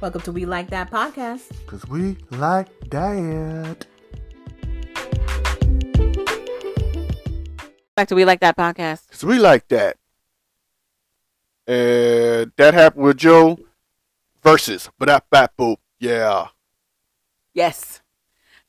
Welcome to We Like That podcast. Cause we like that. Back to We Like That podcast. Cause we like that. And that happened with Joe versus but that bat boop. Yeah. Yes.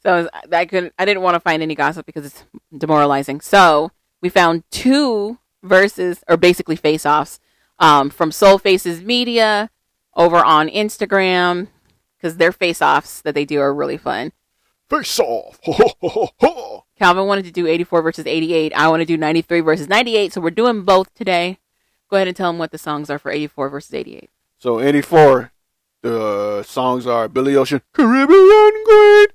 So I couldn't. I didn't want to find any gossip because it's demoralizing. So we found two verses, or basically face-offs, um, from Soul Faces Media over on Instagram because their face-offs that they do are really fun. Face off. Ho, ho, ho, ho, ho. Calvin wanted to do 84 versus 88. I want to do 93 versus 98. So we're doing both today. Go ahead and tell them what the songs are for 84 versus 88. So 84, the uh, songs are Billy Ocean, Caribbean Queen,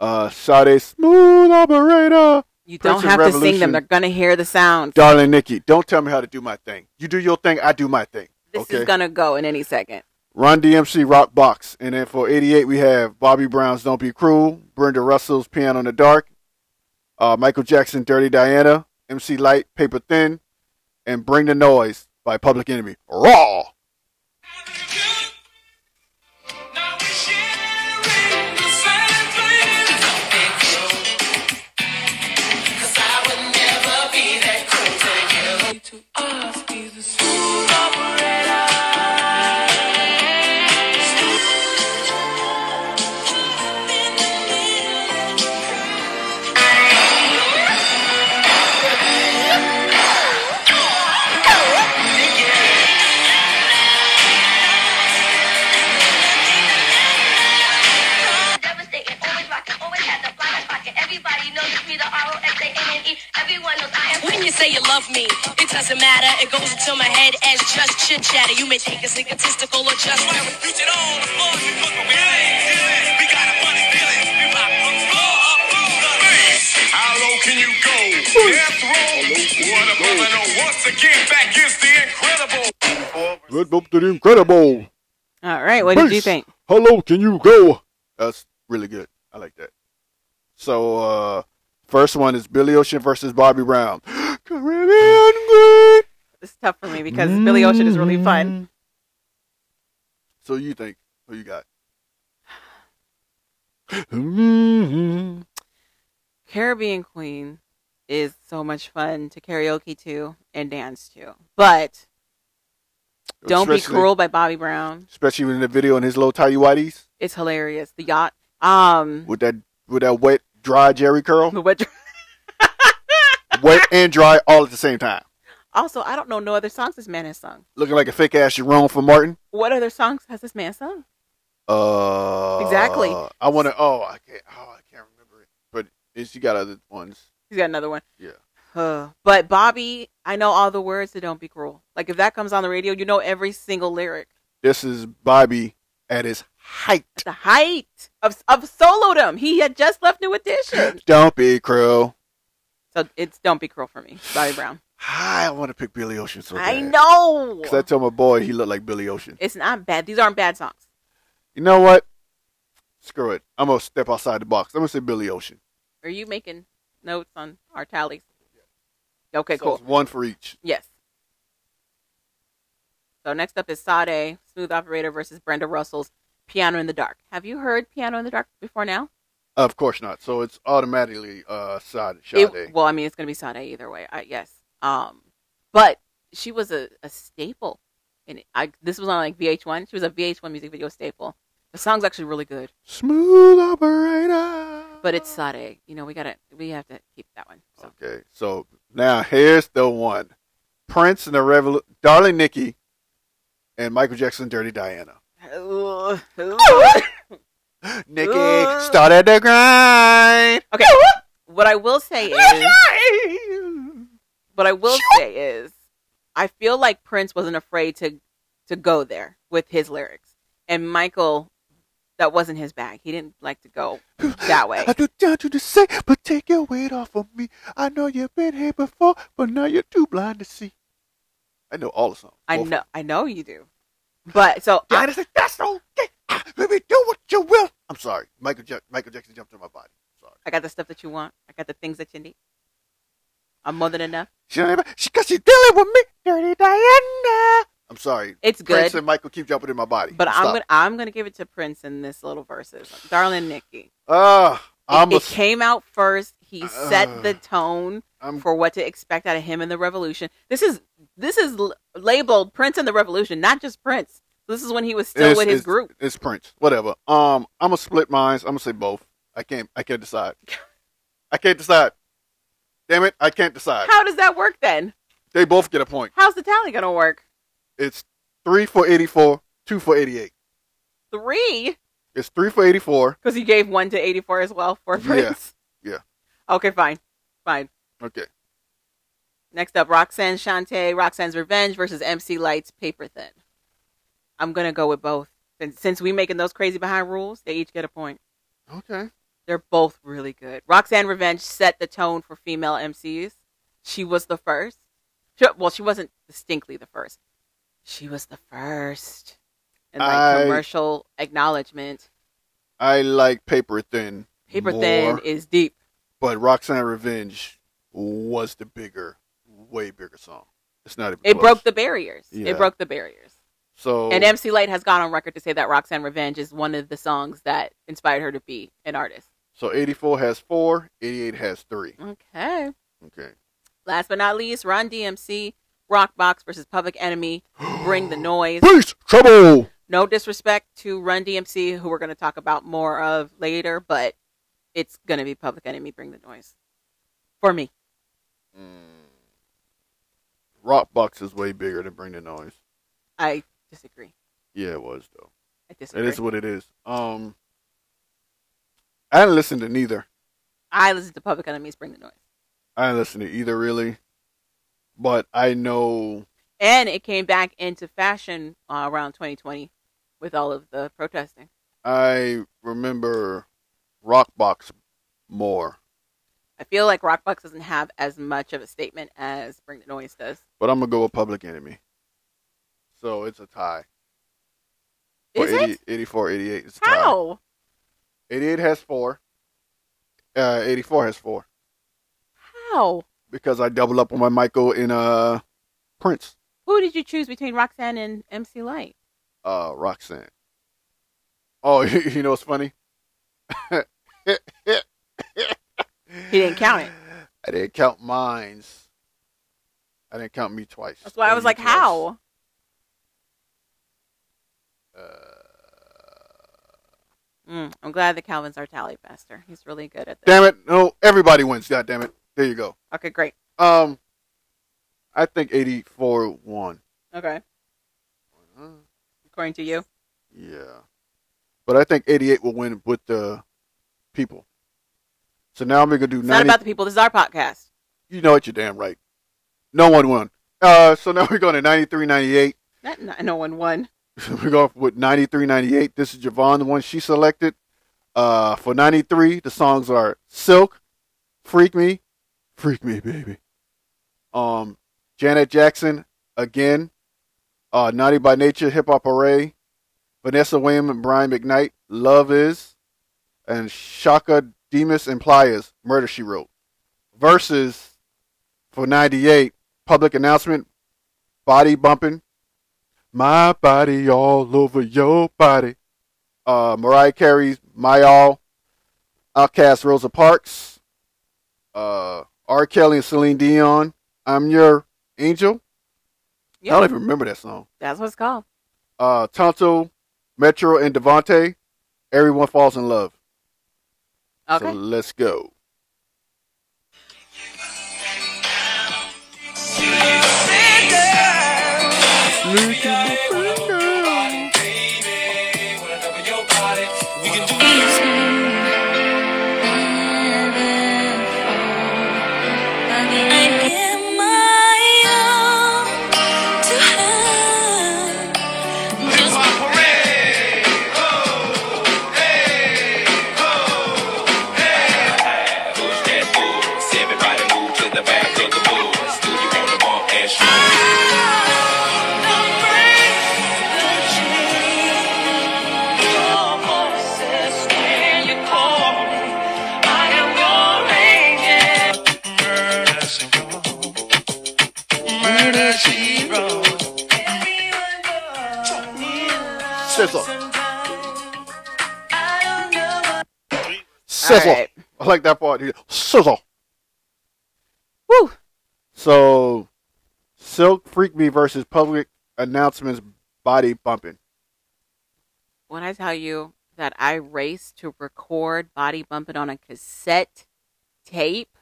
uh, Sade Smooth Operator, You Prince don't of have to sing Revolution. them. They're gonna hear the sounds. Darling Nikki. Don't tell me how to do my thing. You do your thing, I do my thing. This okay. is gonna go in any second. Run DMC Rock Box. And then for 88, we have Bobby Brown's Don't Be Cruel, Brenda Russell's Piano in the Dark, uh, Michael Jackson Dirty Diana, MC Light Paper Thin, and Bring the Noise by Public Enemy. Raw! Devastating, always rockin', always had the flyest pocket. Everybody knows it's me, the R-O-S-A-N-N-E. Everyone knows I am. When you say you love me, it doesn't matter. It goes into my head as just chit chatter. You may think it's egotistical or just. Reach it all the floors, we fuck with feelings. We got a funny feeling. We rock from floor up to the land. How low can you go? Death row. What a brother! No, once again, back is the incredible. Good up to the incredible. All right. What did you Peace. think? Hello, can you go? That's really good. I like that. So, uh, first one is Billy Ocean versus Bobby Brown. Caribbean Queen. It's tough for me because Billy Ocean is Mm. really fun. So you think who you got? Mm-hmm. Caribbean Queen is so much fun to karaoke to and dance to. But Don't Be Cruel by Bobby Brown. especially when the video in his little tighty whities It's hilarious. The yacht. Um with that with that wet, dry Jerry curl, the wet dr- wet and dry all at the same time, Also, I don't know no other songs this man has sung. looking like a fake ass Jerome for Martin. What other songs has this man sung? Uh, Exactly. I want to. Oh, I can't. Oh, I can't remember it. But it's, you got other ones. He's got another one. Yeah. Huh. But Bobby, I know all the words to Don't Be Cruel. Like if that comes on the radio, you know every single lyric. This is Bobby at his height. The height of of solodom. He had just left New Edition. Don't be cruel. So it's Don't Be Cruel for me. Bobby Brown. I want to pick Billy Ocean so I bad. know. Cause I told my boy he looked like Billy Ocean. It's not bad. These aren't bad songs. You know what? Screw it. I'm gonna step outside the box. I'm gonna say Billy Ocean. Are you making notes on our tallies? Okay, So cool. it's one for each. Yes. So next up is Sade, Smooth Operator versus Brenda Russell's Piano in the Dark. Have you heard Piano in the Dark before now? Of course not. So it's automatically uh side It- Sade. well, I mean, it's going to be Sade either way. I, yes. Um, but she was a, a staple. And I, this was on like VH1. She was a VH1 music video staple. The song's actually really good, Smooth operator. but it's Sade. You know, we gotta, we have to keep that one. So. Okay. So now here's the one. Prince and the Revol Darling Nikki and Michael Jackson Dirty Diana. Nikki Ugh. started the grind. Okay. What I will say is, what I will say is, I feel like Prince wasn't afraid to to go there with his lyrics, and Michael, that wasn't his bag. He didn't like to go that way. I do down to the say, but take your weight off of me. I know you've been here before, but now you're too blind to see. I know all the songs. I Both of know, I know you do, but so them. I, Gotta say, that's okay. Ah, Let me do what you will. I'm sorry. Michael, Jack- Michael Jackson jumped on my body. Sorry. I got the stuff that you want. I got the things that you need. I'm more than enough. She, don't even- she, cause she's dealing with me. Dirty Diana. I'm sorry. It's Prince good. and Michael keep jumping in my body. But I'm Stop. gonna I'm gonna give it to Prince in this little verses. Darling Nikki. Ah, It, I'm a, it came out first. He set the Ugh. tone I'm for what to expect out of him in the revolution. This is this is l- labeled Prince and the Revolution, not just Prince. This is when he was still It's- with his it's- group. It's Prince. Whatever. Um, I'm gonna split mines. I'm gonna say both. I can't. I can't decide. I can't decide. Damn it! I can't decide. How does that work then? They both get a point. How's the tally gonna work? It's three for eighty-four, two for eighty-eight. Three, It's three for eighty-four. because you gave one to eighty four as well for Yeah, Prince. yeah. Okay, fine, fine. Okay. Next up, Roxanne Shante, Roxanne's Revenge versus MC Light's Paper Thin. I'm gonna go with both. And since we making those crazy behind rules, they each get a point. Okay. They're both really good. Roxanne Revenge set the tone for female MCs. She was the first. She- well, she wasn't distinctly the first. She was the first. And like I- commercial acknowledgement. I like paper thin. Paper more, Thin is deep. But Roxanne Revenge was the bigger, way bigger song. It's not even. It close. broke the barriers. Yeah. It broke the barriers. So And MC Light has gone on record to say that Roxanne Revenge is one of the songs that inspired her to be an artist. so eighty-four has four. Eighty-eight has three. Okay. Okay. Last but not least, Run DMC, Rockbox versus Public Enemy, Bring the Noise. Peace. Trouble. no disrespect to Run DMC, who we're going to talk about more of later, but it's going to be Public Enemy Bring the Noise for me. Mm. Rock Box is way bigger than Bring the Noise. I disagree. Yeah, it was though. I disagree. It is what it is. Um, I didn't listen to neither. I listen to Public Enemy's Bring the Noise, I didn't listen to either really, but I know. and it came back into fashion uh, around 2020 with all of the protesting. I remember Rock Box more, I feel like Rockbox doesn't have as much of a statement as Bring the Noise does. but I'm gonna go with Public Enemy. So it's a tie. Is For it? 84, 88. It's a tie. How? 88 has four. Uh, 84 has four How? because I double up on my Michael and uh Prince. Who did you choose between Roxanne and MC Light? uh, Roxanne. Oh, you know what's funny? He didn't count it. I didn't count mines. I didn't count me twice. That's why I Or was you like, twice. how? Mm, I'm glad that Calvin's our tally master. He's really good at this. Damn it! No, everybody wins. God damn it! There you go. Okay, great. Um, I think eighty-four won. Okay, according to you. Yeah, but I think eighty-eight will win with the people. So now I'm gonna do It's not ninety. about the people. This is our podcast. you know what? You're damn right. No one won. Uh, so now we're going to 93, 98. Not, not- no one won. we go with 93 98 this is javon the one she selected uh for 93 the songs are silk freak me freak me baby um janet jackson again uh naughty by nature hip hop array vanessa williams and brian mcknight love is and shaka demas and pliers murder she wrote versus for 98 public announcement body bumping my body all over your body. Uh, Mariah Carey's My All. Outcast Rosa Parks. Uh, R. Kelly and Celine Dion. I'm Your Angel. I Yeah, don't even remember that song. that's what it's called. Uh, Tonto, Metro, and Devante. Everyone Falls in Love. Okay. So let's go. oh, Everybody move to the back of the bus. Do you wanna bump that shit? I'm free. Sizzle. Sizzle. All right. I like that part. Sizzle. Woo. So, Silk Freak Me versus public announcements body bumping. When I tell you that I raced to record Body Bumping on a cassette tape,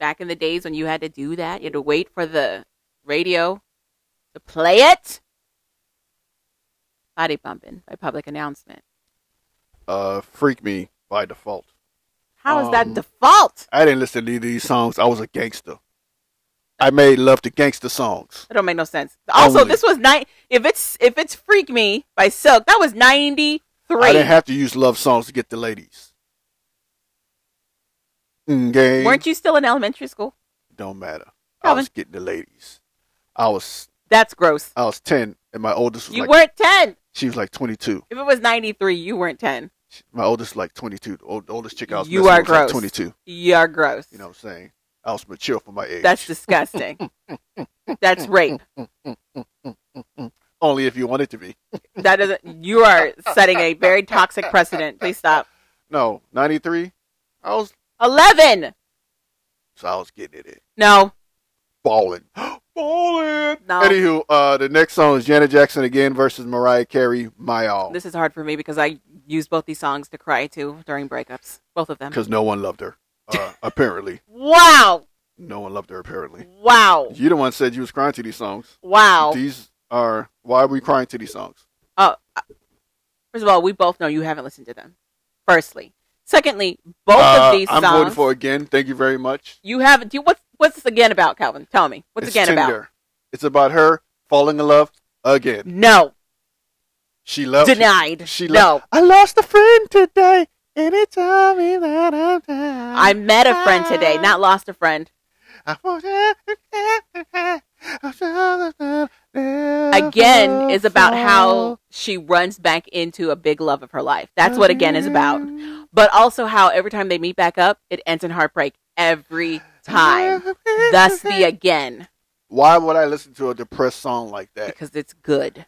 back in the days when you had to do that, you had to wait for the radio to play it. Body Bumping by public announcement. Uh, Freak Me by default. How is Um, that default? I didn't listen to either of these songs. I was a gangster. I made love to gangster songs. That don't make no sense. Also, Only. this was nine. If it's if it's "Freak Me" by Silk, that was ninety I didn't three. have to use love songs to get the ladies. Okay. Weren't you still in elementary school? Don't matter. I Calvin. was getting the ladies. I was That's gross. I was ten, and my oldest was You like weren't ten. she was like twenty two. If it was ninety three, you weren't ten. My oldest was like twenty two. The old, oldest chick I was You messing are with was like gross. twenty two. You're gross. You know what I'm saying? I was mature for my age. That's disgusting. That's rape. only if you wanted to be. That doesn't. You are setting a very toxic precedent. Please stop. No, ninety three. I was Eleven. so I was getting it in. No. balling. balling. No. Anywho, uh, the next song is Janet Jackson again versus Mariah Carey, My All. This is hard for me because I use both these songs to cry to during breakups. Both of them. Because no one loved her. Uh, apparently. Wow. No one loved her, apparently. Wow. You the one said you was crying to these songs. Wow. These are, why are we crying to these songs? First of all, we both know you haven't listened to them. Firstly, secondly, both Uh, of these I'm songs voting for again. Thank you very much. you have. Do you, what's what's this again about, Calvin? Tell me what's it's again Tinder. about. It's about her falling in love again. No, Oh, She loves denied. She, she no, lo- I lost a friend today. Anytime that I'm down. I met a friend today, not lost a friend. Again is about how she runs back into a big love of her life. That's what again is about. But also how every time they meet back up, it ends in heartbreak every time. Thus the again Why would I listen to a depressed song like that? because it's good.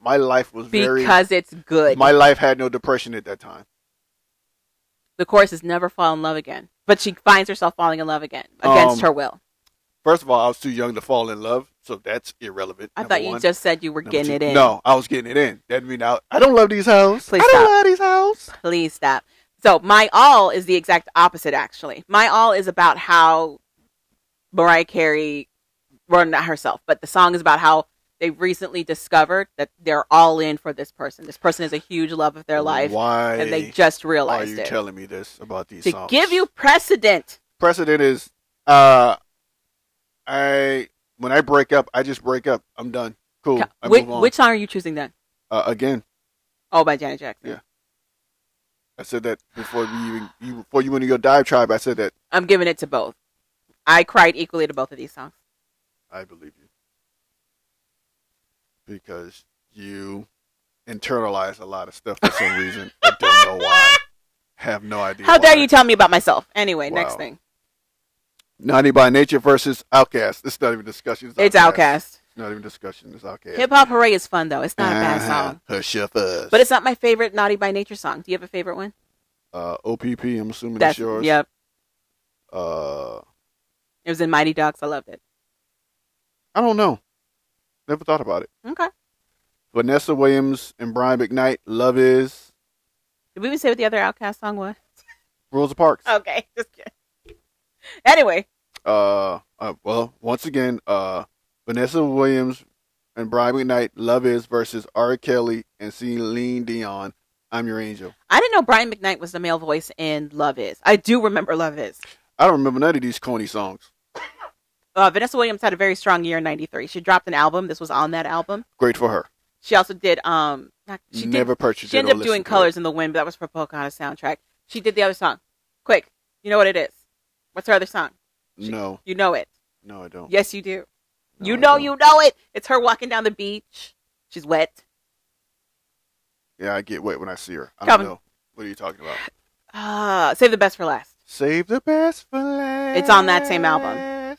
My life was very. Because it's good. my life had no depression at that time. the chorus is never fall in love again. But she finds herself falling in love again against Um, her will. First of all, I was too young to fall in love, so that's irrelevant. I number thought you one. just said you were Number getting two- it in. No, I was getting it in. That mean I, I don't love these hoes. Please I don't stop. love these hoes. Please stop. So my all is the exact opposite actually. My all is about how Mariah Carey well not herself, but the song is about how they recently discovered that they're all in for this person. This person is a huge love of their life. Why And they just are realized you it. telling me this about these to songs? give you precedent. precedent is uh I when I break up, I just break up. I'm done. Cool. I Which, move on. which song are you choosing then? uh, again, Oh, by Janet Jackson. Yeah. I said that before we even you, before you went to your dive tribe. I said that I'm giving it to both. I cried equally to both of these songs. I believe you because you internalize a lot of stuff for some reason. I don't know why. Have no idea. How dare why. you tell me about myself? Anyway, Wow. next thing. Naughty by Nature versus Outcast. It's not even discussion. It's Outcast. It's not even discussion. It's Outcast. Hip Hop Hooray is fun though. It's not a bad song. Hush up us. But it's not my favorite Naughty by Nature song. Do you have a favorite one? uh, OPP. I'm assuming that's That's yours. yep. Uh, It was in Mighty Ducks. I loved it. I don't know. Never thought about it. Okay. Vanessa Williams and Brian McKnight. Love is Did we even say what the other Outcast song was? Rosa Parks. Okay, just kidding. Anyway, Uh, uh, well, once again, uh, Vanessa Williams and Brian McKnight. Love is versus R. Kelly and Celine Dion. I'm your angel. I didn't know Brian McKnight was the male voice in Love Is. I do remember Love Is. I don't remember none of these corny songs. Uh, Vanessa Williams had a very strong year in '93. She dropped an album. This was on that album. Great for her. She also did um. not- She did Never purchased She it ended or up doing listened to it. Colors in the Wind, but that was for Pocahontas soundtrack. She did the other song. Quick, you know what it is. What's her other song? She- No, You know it. no, I don't. Yes, you do. No, you I know don't. you know it. It's her walking down the beach. She's wet. Yeah, I get wet when I see her. I Calvin. don't know. What are you talking about? Ah, save the best for last. Save the best for last. It's on that same album.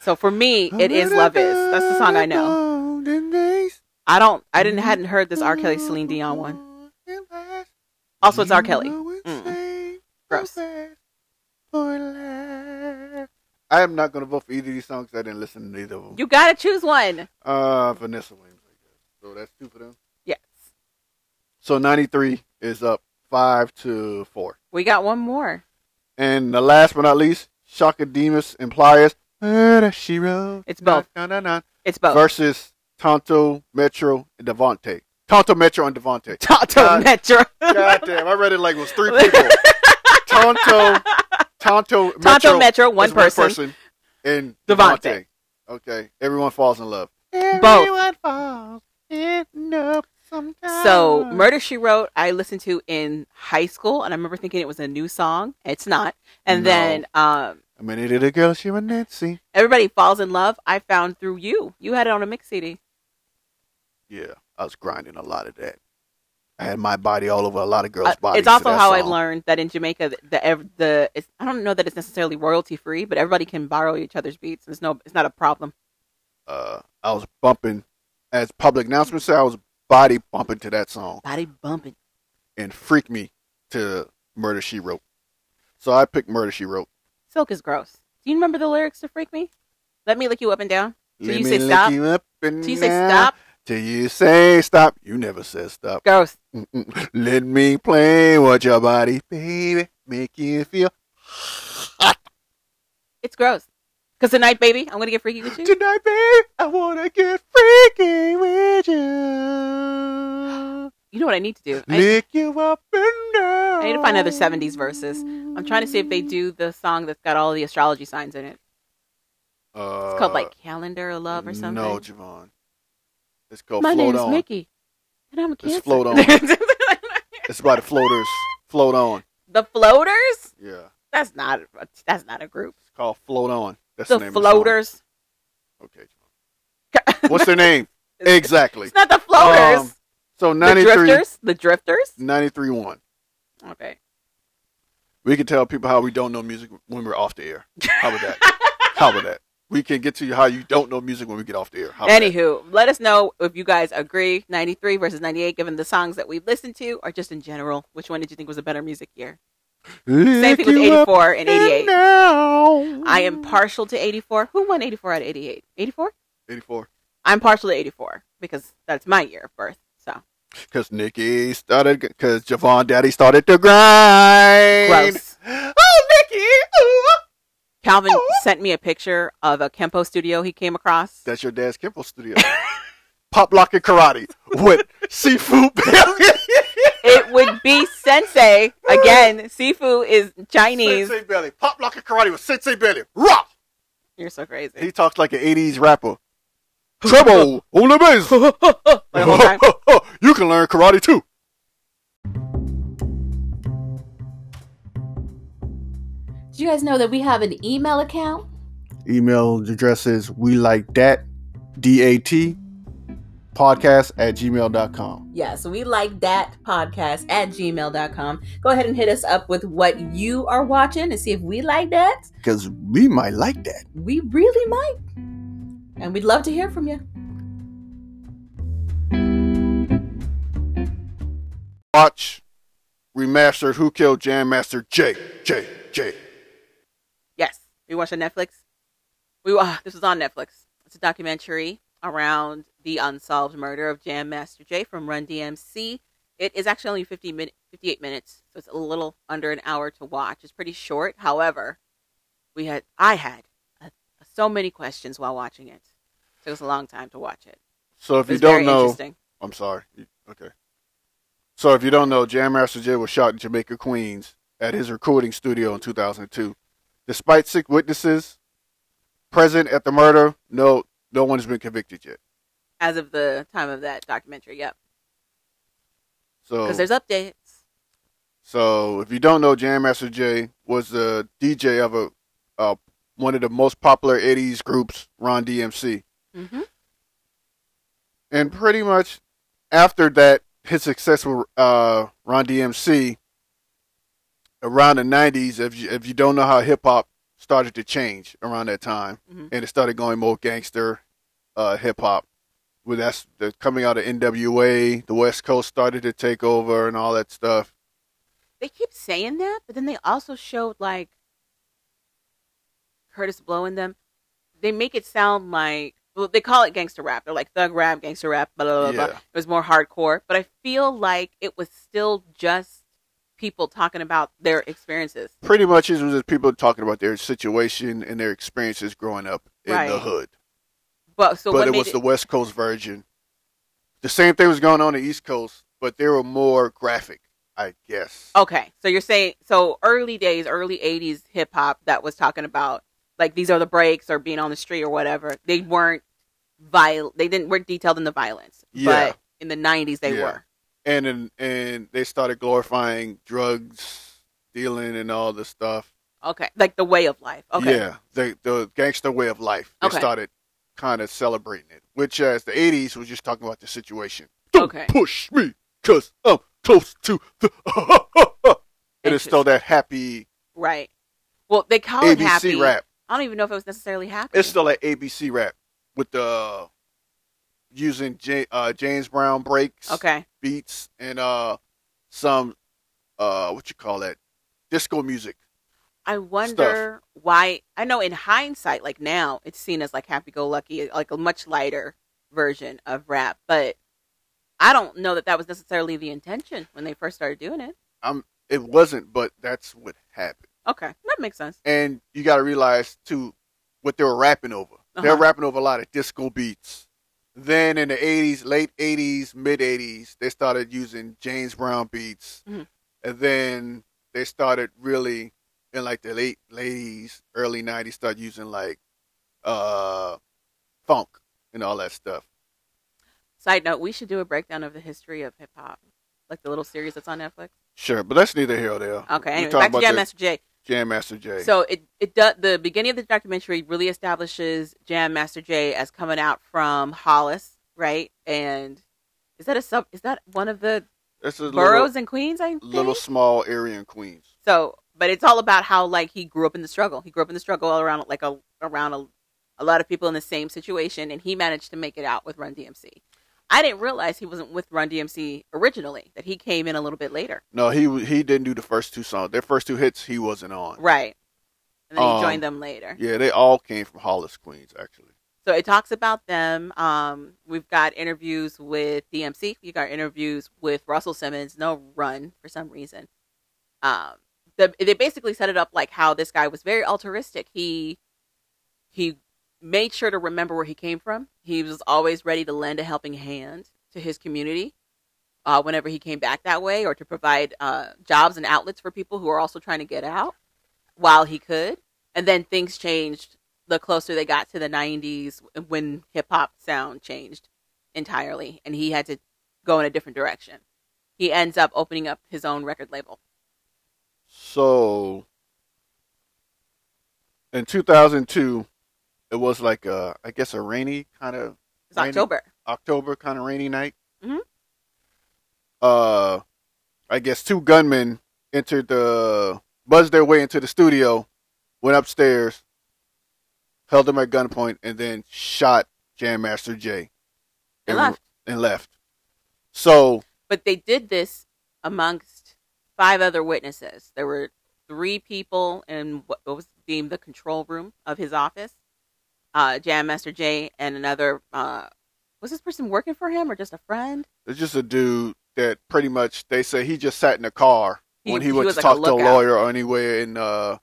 So for me, it is Love Is. That's the song I know. I don't. I didn't hadn't heard this R. Kelly Celine Dion one. Also, it's R. Kelly. Mm. Gross. I am not going to vote for either of these songs 'cause I didn't listen to either of them. You gotta choose one. Uh, Vanessa Williams, I guess. So that's two for them. Yes, So 93 is up 5 to 4. we got one more. And the last but not least, Shaka Demus and Pliers. Murder, She Wrote. It's both. Na, na, na, It's na. both. Versus Tonto, Metro, and Devontae. Tonto, Metro, and Devontae. Tonto God- Metro. God damn, I read it like it was three people. Tonto, Tonto, Metro, Tonto Metro, one is person. and Devontae. Devontae. Okay, everyone falls in love. Both. Everyone falls in love sometimes. So, Murder She Wrote, I listened to in high school, and I remember thinking it was a new song. It's not. And No. then um, I mean, it did a girl, she was Nancy. Everybody Falls in Love, I found through you. You had it on a mix CD. Yeah, I was grinding a lot of that. I had my body all over a lot of girls' Uh, bodies. it's to also that how I song. learned that in Jamaica, the, the, ev- the it's, I don't know that it's necessarily royalty free, but everybody can borrow each other's beats. It's no, it's not a problem. Uh, I was bumping, as public announcements say, I was body bumping to that song. Body bumping. and freaked me to Murder She Wrote. So I picked Murder She Wrote. Silk is gross. Do you remember the lyrics to Freak Me? Let me lick you up and down. Till Let you me say lick stop. you up and Till you say down. stop. Till you say stop. You never said stop. Gross. Mm-mm. Let me play with your body, baby. Make you feel It's gross. Because tonight, baby, I'm going to get freaky with you. tonight, baby. I wanna get freaky with you. You know what I need to do? I- Lick you up and down. I need to find other 70s verses. I'm trying to see if they do the song that's got all the astrology signs in it. Uh, It's called like Calendar of Love or something. No, Javon. It's called My Float name On. is Mickey, and I'm a cancer. It's Float On. It's by the Floaters. Float On. the Floaters? Yeah. That's not that's not a group. It's called Float On. That's the, The name Floaters. Of the song. Okay. What's their name? Exactly. It's not the Floaters. Um, So the 93, Drifters. The Drifters. 93 1. Okay. We can tell people how we don't know music when we're off the air. How about that? how about that? We can get to you how you don't know music when we get off the air. How about that? Anywho, let us know if you guys agree 93 versus 98, given the songs that we've listened to, or just in general. Which one did you think was a better music year? Same thing with 84 and 88. I am partial to 84. Who won 84 out of 88? 84? 84. I'm partial to 84 because that's my year of birth. So Because Nikki started, because Javon Daddy started to grind. gross. Oh, Nikki. Ooh. Calvin Oh. sent me a picture of a Kempo studio he came across. That's your dad's Kempo studio. Pop lock and karate with seafood. belly. It would be Sensei. Again, Sifu is Chinese. Sensei Belly. Pop lock and karate with Sensei Belly. Rock. You're so crazy. He talks like an 80s rapper. Trouble on the bass. The whole time. you can learn karate too. Do you guys know that we have an email account? Email address is we like dat, D A T, podcast at gmail.com. Yeah, so we like that podcast at gmail.com. Go ahead and hit us up with what you are watching and see if we like that. Because we might like that. We really might. And we'd love to hear from you. Watch remastered Who Killed Jam Master J, J, J. Yes, we watched on Netflix. We uh, this was on Netflix. It's a documentary around the unsolved murder of Jam Master Jay from Run DMC. It is actually only 50 min- 58 minutes, so it's a little under an hour to watch. It's pretty short. However, we had I had uh so many questions while watching it. Took us a long time to watch it. So It if you was don't very know, interesting. I'm sorry. You- Okay. So if you don't know, Jam Master Jay was shot in Jamaica, Queens, at his recording studio in 2002. Despite six witnesses present at the murder, no, no one has been convicted yet. as of the time of that documentary. Yep, So, because Oh. there's updates. so if you don't know, Jam Master Jay was the DJ of a uh, one of the most popular 80s groups, Ron DMC. hmm and pretty much after that, his success with uh, Ron DMC around the '90s. If you if you don't know how hip hop started to change around that time, Mhm. and it started going more gangster uh, hip hop, well, that's the, coming out of NWA. The West Coast started to take over and all that stuff. They keep saying that, but then they also showed like Curtis Blow in them. They make it sound like well, they call it gangster rap. They're like thug rap, gangster rap, blah blah blah. blah. Yeah. It was more hardcore, but I feel like it was still just people talking about their experiences. Pretty much, it was just people talking about their situation and their experiences growing up in the Right. hood. But so but what it made was the West Coast version. The same thing was going on in the East Coast, but they were more graphic, I guess. Okay, so you're saying so early days, early '80s hip hop that was talking about like these are the breaks or being on the street or whatever. They weren't viol. They didn't weren't detailed in the violence. Yeah. But in the '90s, they Yeah. were. And and and they started glorifying drugs, dealing, and all this stuff. Okay, like the way of life. Okay. Yeah, the the gangster way of life. They Okay. started kind of celebrating it, which as the '80s was just talking about the situation. Okay. Push me, cause I'm close to the. it is still that happy Right. Well, they call it ABC happy. rap. I don't even know if it was necessarily happy. It's still like ABC rap with the uh, using J, uh, James Brown breaks, okay. beats, and uh some uh what you call that disco music. I wonder why. I know in hindsight, like now, it's seen as like happy go lucky, like a much lighter version of rap. But I don't know that that was necessarily the intention when they first started doing it. It wasn't, but that's what happened. Okay, that makes sense. And you got to realize too what they were rapping over. They're Uh-huh. rapping over a lot of disco beats. Then in the '80s, late '80s, mid '80s, they started using James Brown beats, Mhm. and then they started really in like the late '80s, early '90s, start using like uh funk and all that stuff. Side note: We should do a breakdown of the history of hip hop, like the little series that's on Netflix. Sure, but that's neither here nor there. Okay, We're anyway, back talking to about Jam the Master Jay. Jam Master Jay. So it it does the beginning of the documentary really establishes Jam Master Jay as coming out from Hollis, right? And is that a sub? Is that one of the this is boroughs in Queens? I think? little, little small area in Queens. So, but it's all about how like he grew up in the struggle. He grew up in the struggle all around like a around a, a lot of people in the same situation, and he managed to make it out with Run DMC. I didn't realize he wasn't with Run DMC originally; that he came in a little bit later, No, he he didn't do the first two songs. Their first two hits, he wasn't on. right? And then Um, he joined them later. Yeah, they all came from Hollis, Queens, actually. So it talks about them. Um, we've got interviews with DMC. We got interviews with Russell Simmons. No run for some reason. Um, the, they basically set it up like how this guy was very altruistic. He he made sure to remember where he came from. He was always ready to lend a helping hand to his community uh, whenever he came back that way, or to provide uh, jobs and outlets for people who are also trying to get out while he could. And then things changed the closer they got to the 90s when hip hop sound changed entirely and he had to go in a different direction. He ends up opening up his own record label. So in 2002, it was like a, I guess a rainy kind of It's Rainy. October. October kind of rainy night. Mhm. Uh, I guess two gunmen entered the buzzed their way into the studio, went upstairs, held them at gunpoint, and then shot Jam Master Jay They left. and left. So But they did this amongst five other witnesses. There were three people in what was deemed the control room of his office uh, Jam Master Jay and another. Uh, was this person working for him or just a friend? It's just a dude that pretty much they say he just sat in a car He- when he, he went was to like a talk to a lookout. lawyer or anywhere in uh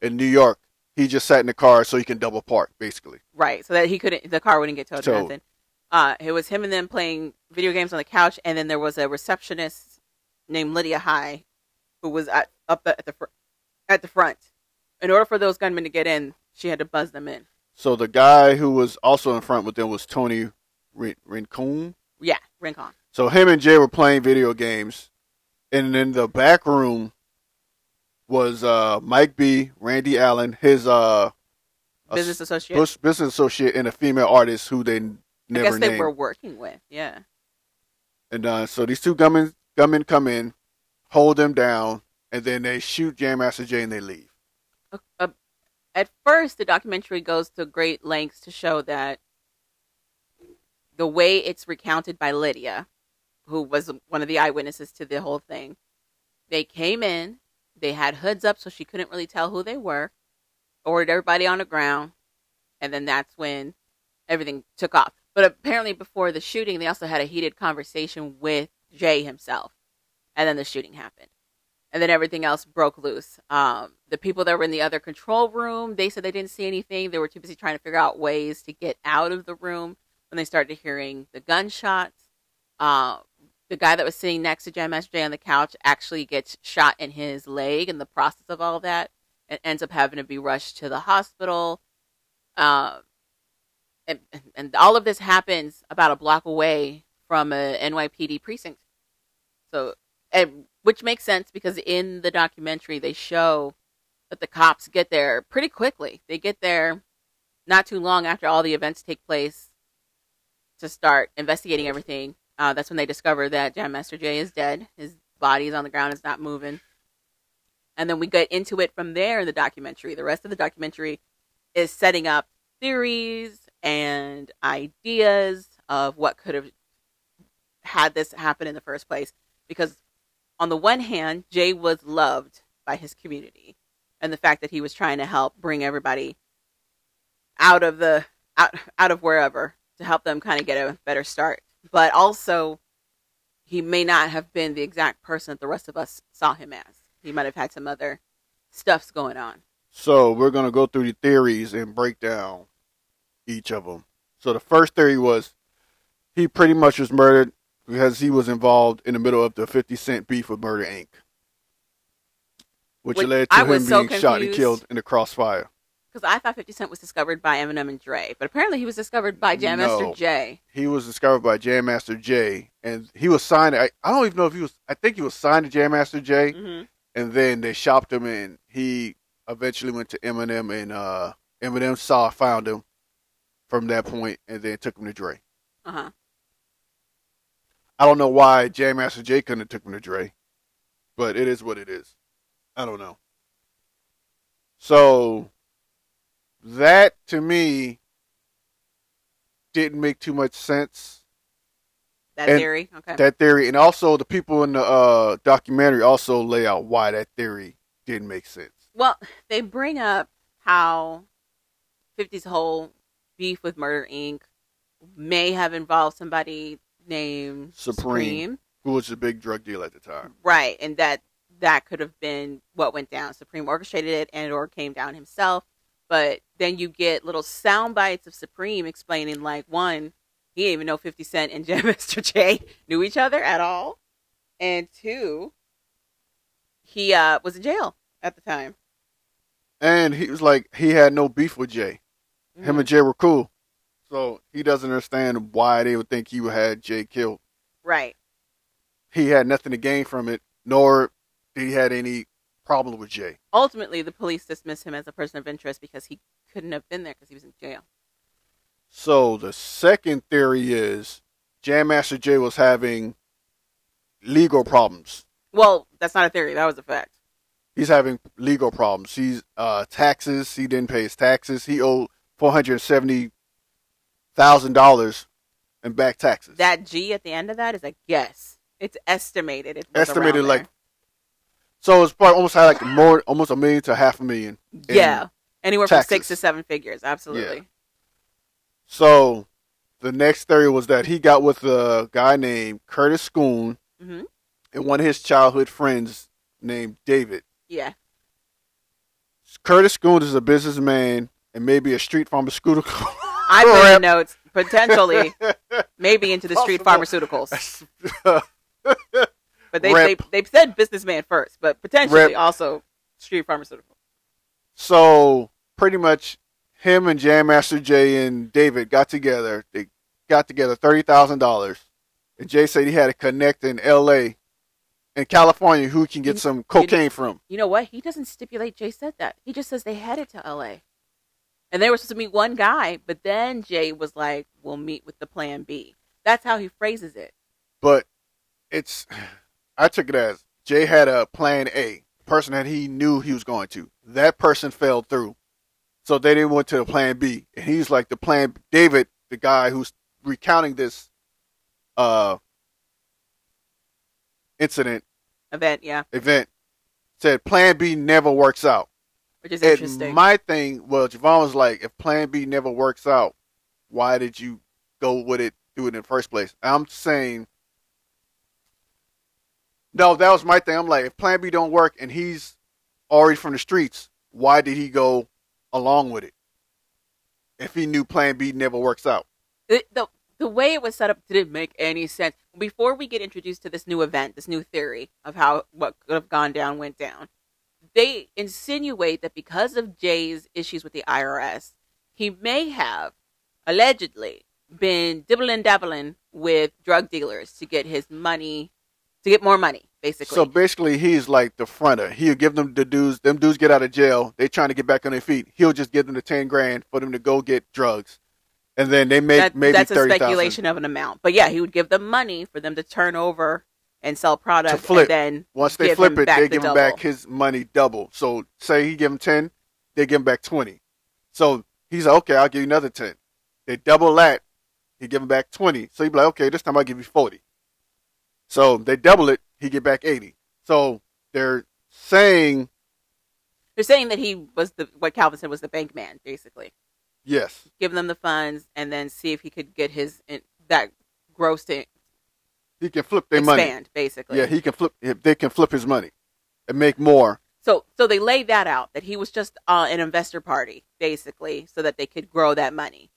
in New York. He just sat in the car so he can double park, basically. Right, so that he couldn't, the car wouldn't get towed, Towed. or nothing. Uh, it was him and them playing video games on the couch, and then there was a receptionist named Lydia High, who was at, up the, at the fr- at the front. In order for those gunmen to get in, she had to buzz them in. So the guy who was also in front with them was Tony Rin- Rincon. Yeah, Rincon. So him and Jay were playing video games, and in the back room was uh, Mike B, Randy Allen, his uh, a business s- associate. bus- business associate, and a female artist who they n- I never guess they named. were working with. Yeah. And uh, so these two gunmen, gunmen come in, hold them down, and then they shoot Jam Master Jay and they leave. a- a- at first the documentary goes to great lengths to show that the way it's recounted by Lydia, who was one of the eyewitnesses to the whole thing, they came in, they had hoods up so she couldn't really tell who they were, ordered everybody on the ground, and then that's when everything took off. But apparently, before the shooting, they also had a heated conversation with Jay himself, and then the shooting happened. And then everything else broke loose. Um, the people that were in the other control room, they said they didn't see anything. They were too busy trying to figure out ways to get out of the room when they started hearing the gunshots. Uh, the guy that was sitting next to Jam Master Jay on the couch actually gets shot in his leg in the process of all that and ends up having to be rushed to the hospital. Uh, and, and all of this happens about a block away from a NYPD precinct. So, and, which makes sense because in the documentary they show that the cops get there pretty quickly. They get there not too long after all the events take place to start investigating everything. Uh, that's when they discover that Jam Master Jay is dead. His body is on the ground; it's not moving. And then we get into it from there in the documentary. The rest of the documentary is setting up theories and ideas of what could have had this happen in the first place. Because on the one hand, Jay was loved by his community, and the fact that he was trying to help bring everybody out of the out out of wherever to help them kind of get a better start. But also, he may not have been the exact person that the rest of us saw him as. He might have had some other stuffs going on. So we're gonna go through the theories and break down each of them. So the first theory was he pretty much was murdered because he was involved in the middle of the Fifty Cent beef with Murder Inc., which, Which led I to him was so being shot and confused. killed in the crossfire. Because I thought 50 Cent was discovered by Eminem and Dre, but apparently he was discovered by Jam Master No. Jay. He was discovered by Jam Master Jay, and he was signed. I, I don't even know if he was. I think he was signed to Jam Master Jay, Mm-hmm. and then they shopped him, and he eventually went to Eminem, and uh, Eminem saw found him from that point, and then took him to Dre. Uh huh. I don't know why Jam Master Jay couldn't have took him to Dre, but it is what it is. I don't know. So that to me didn't make too much sense. That And theory. Okay. That theory, and also the people in the uh, documentary also lay out why that theory didn't make sense. Well, they bring up how 50's whole beef with Murder Inc. may have involved somebody named Supreme. Who was a big drug deal at the time? Right, and that that could have been what went down. Supreme orchestrated it and or came down himself. But then you get little sound bites of Supreme explaining like one, he didn't even know fifty Cent and Jam Master J knew each other at all. And two, he uh, was in jail at the time. And he was like, he had no beef with Jay. Mm-hmm. Him and Jay were cool. So he doesn't understand why they would think he had Jay killed. Right. he had nothing to gain from it, nor did he had any problem with Jay. Ultimately, the police dismissed him as a person of interest because he couldn't have been there because he was in jail. So the second theory is Jam Master Jay was having legal problems. Well, that's not a theory. That was a fact. He's having legal problems. He's uh, taxes. He didn't pay his taxes. He owed four hundred seventy thousand dollars in back taxes. That G at the end of that is a guess. It's estimated. It was estimated around like so it's probably almost had like more almost a million to half a million. in- Yeah. Anywhere taxes. from six to seven figures, absolutely. So the next theory was that he got with a guy named Curtis Schoon Mhm. and one of his childhood friends named David. Yeah. Curtis Schoon is a businessman and maybe a street pharmaceutical. I put in notes potentially maybe into the street Possible. pharmaceuticals. rep. But they, they Rep. they said businessman first, but potentially Rep. also street pharmaceutical. so pretty much him and Jam Master Jay and David got together. They got together thirty thousand dollars. And Jay said he had a connect in LA in California who he can get some cocaine from. You know what? He doesn't stipulate Jay said that. He just says they headed to LA. And they were supposed to meet one guy, but then Jay was like, We'll meet with the plan B. That's how he phrases it. but it's I took it as Jay had a plan A, person that he knew he was going to. That person fell through, so they didn't went to the plan B, and he's like the plan David, the guy who's recounting this uh incident event, yeah, event said Plan B never works out. which is And interesting. my thing, well, Javon was like, if Plan B never works out, why did you go with it, do it in the first place? I'm saying, no, that was my thing. I'm like, if Plan B don't work and he's already from the streets, why did he go along with it? If he knew Plan B never works out, the, the the way it was set up didn't make any sense. Before we get introduced to this new event, this new theory of how what could have gone down went down, they insinuate that because of Jay's issues with the IRS, he may have allegedly been dibbling dabbling with drug dealers to get his money, to get more money, basically. so basically he's like the fronter. He'll give them the dudes. Them dudes get out of jail. They trying to get back on their feet. He'll just give them the ten grand for them to go get drugs, and then they make That- maybe that's a thirty thousand. speculation of an amount, but yeah, he would give them money for them to turn over and sell product, flip. and then Once they give flip him it, back they the give double. him back his money double. So say he give him ten, they give him back twenty. So he's like, okay, I'll give you another ten. They double that, he give him back twenty. So he be like, okay, this time I'll give you forty. So they double it, he get back eighty. So they're saying They're saying that he was the what Calvin said was the bank man, basically. yes. Give them the funds and then see if he could get his in, that gross to He can flip their expand, money. basically. Yeah, he can flip. if They can flip his money and make more. so so they laid that out that he was just uh, an investor party, basically, so that they could grow that money.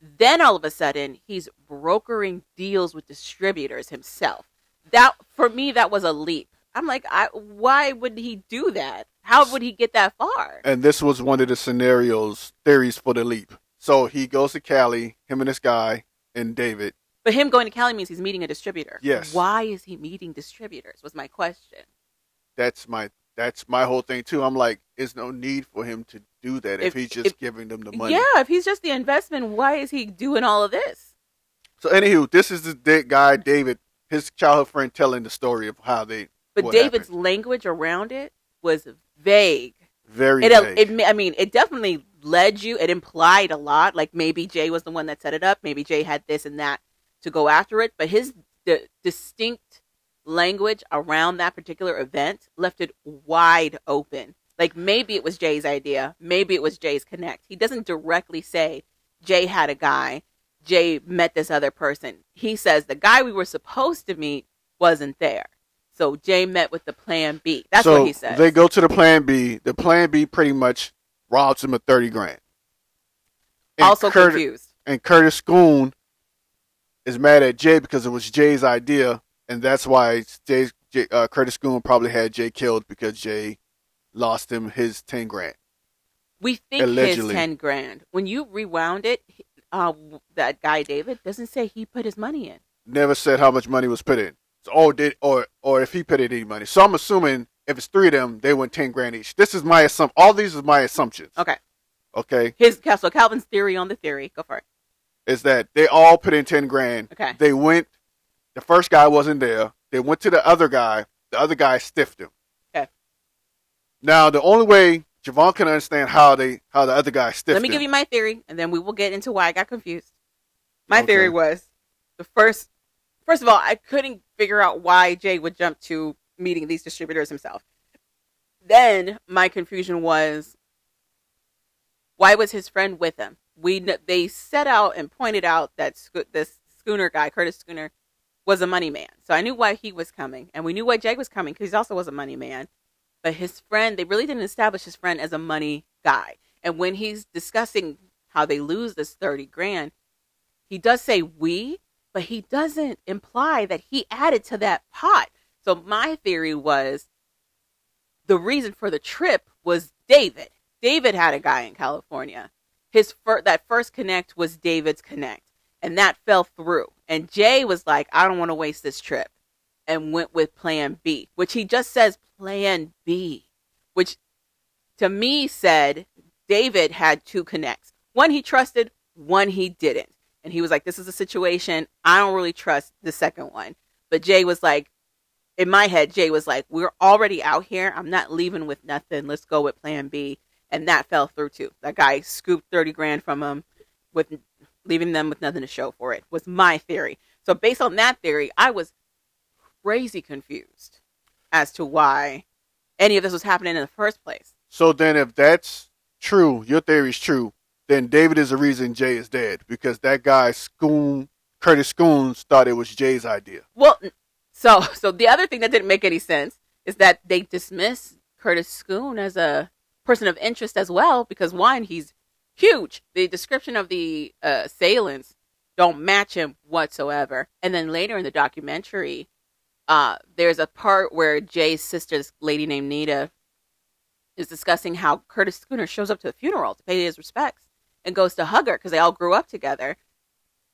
Then all of a sudden, he's brokering deals with distributors himself. That for me, that was a leap. I'm like, I, why would he do that? How would he get that far? and this was one of the scenarios theories for the leap. So he goes to Cali, him and this guy and David. But him going to Cali means he's meeting a distributor. Yes. Why is he meeting distributors? Was my question. That's my that's my whole thing too. I'm like, there's no need for him to do that if, If- he's just if- giving them the money. Yeah, if he's just the investment, why is he doing all of this? So anywho, this is the da- guy David, his childhood friend, telling the story of how they. But what David's happened. language around it was vague. very It, uh, vague. it, I mean, it definitely led you. It implied a lot. Like maybe Jay was the one that set it up. Maybe Jay had this and that to go after it. But his d- distinct language around that particular event left it wide open. Like maybe it was Jay's idea. Maybe it was Jay's connect. He doesn't directly say Jay had a guy. Jay met this other person. He says the guy we were supposed to meet wasn't there. So Jay met with the plan B. That's so what he says. They go to the plan B. The plan B pretty much robs him of thirty grand. And also Curtis- confused. and Curtis Schoon is mad at Jay because it was Jay's idea, and that's why Jay, Jay uh, Curtis Schoon probably had Jay killed because Jay lost him his ten grand. We think his Allegedly. ten grand. When you rewound it, he- uh, that guy David doesn't say he put his money in. Never said how much money was put in, so, or did or or if he put in any money. So I'm assuming if it's three of them, they went ten grand each. This is my assumption. All these is my assumptions. Okay, Okay, his so Calvin's theory on the theory. Go for it. is that they all put in ten grand. Okay, They went. The first guy wasn't there. They went to the other guy. The other guy stiffed him. Okay. Now the only way Javon can understand how they how the other guy stiffed let me him. give you my theory, and then we will get into why I got confused. My Okay. theory was the first. First of all, I couldn't figure out why Jay would jump to meeting these distributors himself. Then my confusion was why was his friend with him? We kn- they set out and pointed out that sco- this Schooner guy, Curtis Schooner, was a money man. So I knew why he was coming, and we knew why Jay was coming because he also was a money man. But his friend, they really didn't establish his friend as a money guy. And when he's discussing how they lose this thirty grand, he does say we, but he doesn't imply that he added to that pot. So my theory was the reason for the trip was David. David had a guy in California. His fir- that first connect was David's connect, and that fell through. And Jay was like, "I don't want to waste this trip," and went with Plan B, which he just says Plan B, which to me said David had two connects. One he trusted, one he didn't. And he was like, "This is a situation. I don't really trust the second one." But Jay was like, in my head, Jay was like, "We're already out here. I'm not leaving with nothing. Let's go with Plan B." And that fell through too. That guy scooped thirty grand from him with leaving them with nothing to show for it was my theory. So based on that theory, I was crazy confused as to why any of this was happening in the first place. So then, if that's true, your theory's true, then David is the reason Jay is dead because that guy Schoon, Curtis Schoons, thought it was Jay's idea. Well, n- so so the other thing that didn't make any sense is that they dismiss Curtis Schoon as a person of interest as well because one, he's huge. The description of the uh, assailants don't match him whatsoever. And then later in the documentary, uh, there's a part where Jay's sister, this lady named Nita, is discussing how Curtis Schooner shows up to the funeral to pay his respects and goes to hug her because they all grew up together.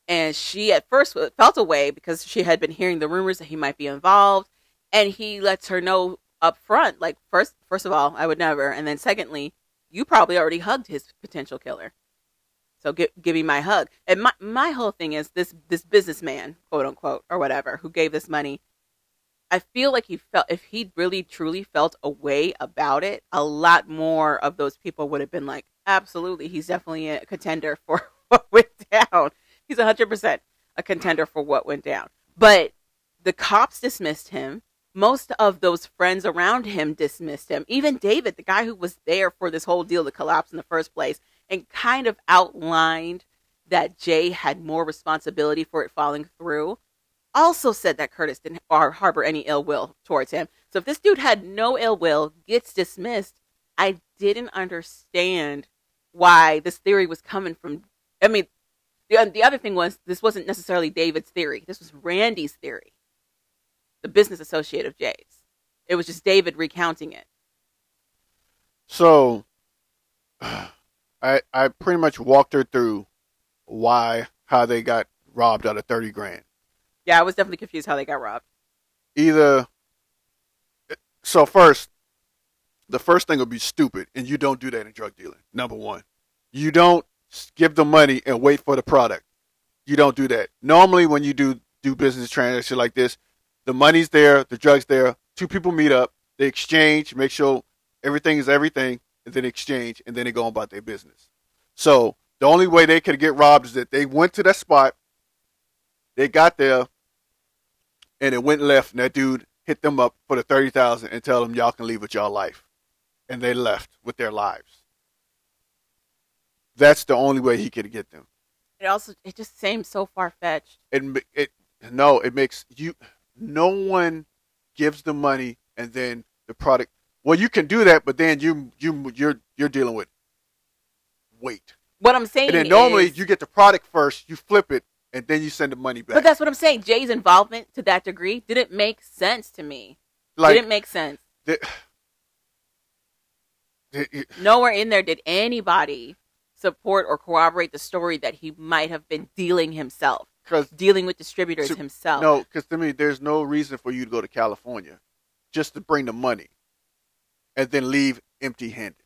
And she at first w- felt away because she had been hearing the rumors that he might be involved. And he lets her know up front, like first, first of all, I would never, and then secondly, you probably already hugged his potential killer. So give, give me my hug. And my, my whole thing is this this businessman, quote unquote, or whatever, who gave this money. I feel like he felt if he really truly felt a way about it, a lot more of those people would have been like, absolutely, he's definitely a contender for what went down. He's hundred percent a contender for what went down. But the cops dismissed him. Most of those friends around him dismissed him. Even David, the guy who was there for this whole deal to collapse in the first place, and kind of outlined that Jay had more responsibility for it falling through, also said that Curtis didn't or harbor any ill will towards him. So if this dude had no ill will, gets dismissed, I didn't understand why this theory was coming from. I mean, the, the other thing was this wasn't necessarily David's theory. This was Randy's theory, the business associate of Jay's. It was just David recounting it. So, I I pretty much walked her through why how they got robbed out of thirty grand. Yeah, I was definitely confused how they got robbed. Either so first, the first thing would be stupid, and you don't do that in drug dealing. Number one, you don't s- give the money and wait for the product. You don't do that. Normally, when you do do business transaction like this, the money's there, the drugs there. Two people meet up, they exchange, make sure everything is everything, and then exchange, and then they go about their business. So the only way they could get robbed is that they went to that spot, they got there, and it went left, and that dude hit them up for the thirty thousand and tell them y'all can leave with y'all life, and they left with their lives. That's the only way he could get them It also it just seemed so far fetched. it ma- it no it makes you no one gives the money and then the product well you can do that but then you you you're you're dealing with weight What I'm saying and then normally is, you get the product first you flip it and then you send the money back but that's what I'm saying. Jay's involvement to that degree didn't make sense to me. like didn't make sense. th- it- Nowhere in there did anybody support or corroborate the story that he might have been dealing himself, 'cause- dealing with distributors So- himself. no because to me there's no reason for you to go to california just to bring the money and then leave empty handed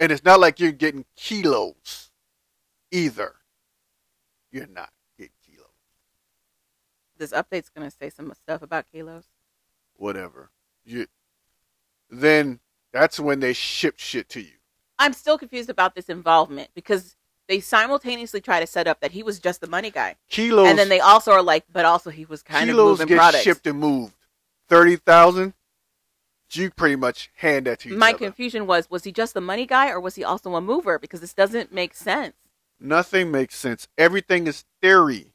and it's not like you're getting kilos either you're not getting kilos This update's gonna say some stuff about kilos. whatever you then that's when they ship shit to you I'm still confused about this involvement because they simultaneously try to set up that he was just the money guy, kilos and then they also are like, but also he was kind kilos of moving get products. shipped and moved 30000 you pretty much hand that to each My other. confusion was: was he just the money guy, or was he also a mover? Because this doesn't make sense. Nothing makes sense. Everything is theory.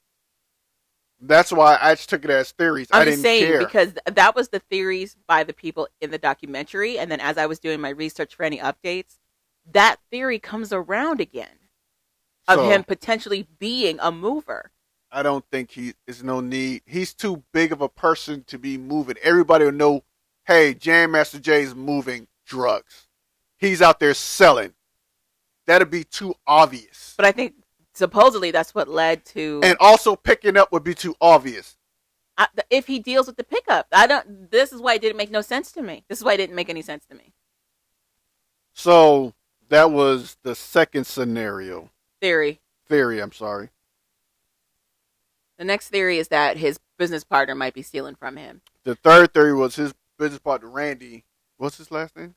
That's why I just took it as theories. I I'm did just not saying care. because th- that was the theories by the people in the documentary, and then as I was doing my research for any updates, that theory comes around again of So, him potentially being a mover. I don't think he is no need. He's too big of a person to be moving. Everybody will know. Hey, Jam Master Jay is moving drugs. He's out there selling. That'd be too obvious. But I think supposedly that's what led to And also picking up would be too obvious. I, th- if he deals with the pickup. I don't. This is why it didn't make no sense to me. This is why it didn't make any sense to me. So that was the second scenario Theory. theory. I'm sorry. The next theory is that his business partner might be stealing from him. The third theory was his business partner Randy. What's his last name?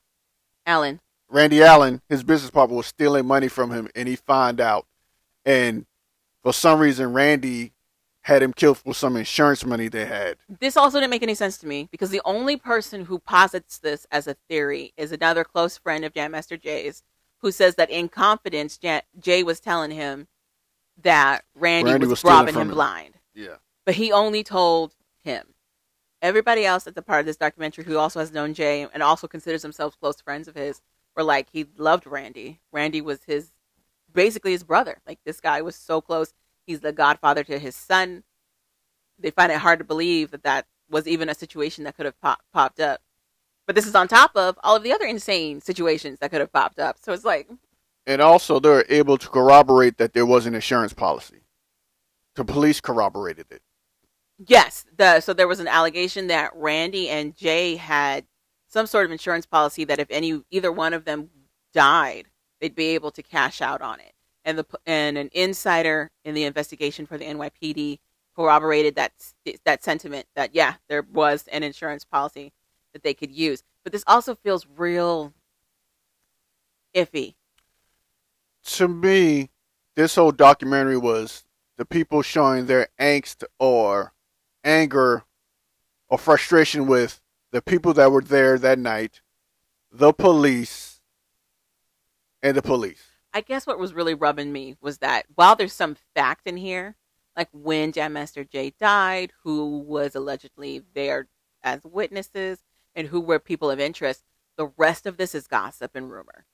Alan. Randy Allen, his business partner, was stealing money from him, and he find out, and For some reason, Randy had him killed for some insurance money they had. This also didn't make any sense to me because the only person who posits this as a theory is another close friend of Jam Master Jay's who says that in confidence, Jan- Jay was telling him that Randy, Randy was was, stealing robbing from him him. blind. Yeah. but he only told him. Everybody else at the part of this documentary who also has known Jay and also considers themselves close friends of his were like he loved Randy. Randy was his basically his brother. Like this guy was so close. He's the godfather to his son. They find it hard to believe that that was even a situation that could have pop- popped up. But this is on top of all of the other insane situations that could have popped up. So it's like And also, they were able to corroborate that there was an insurance policy. The police corroborated it. Yes, the so there was an allegation that Randy and Jay had some sort of insurance policy that if any either one of them died, they'd be able to cash out on it. And the p- and an insider in the investigation for the NYPD corroborated that s- that sentiment that yeah, there was an insurance policy that they could use. But this also feels real iffy. To me, this whole documentary was the people showing their angst or anger or frustration with the people that were there that night, the police, and the police. I guess what was really rubbing me was that while there's some fact in here, like when Jam Master Jay died, who was allegedly there as witnesses, and who were people of interest, the rest of this is gossip and rumor.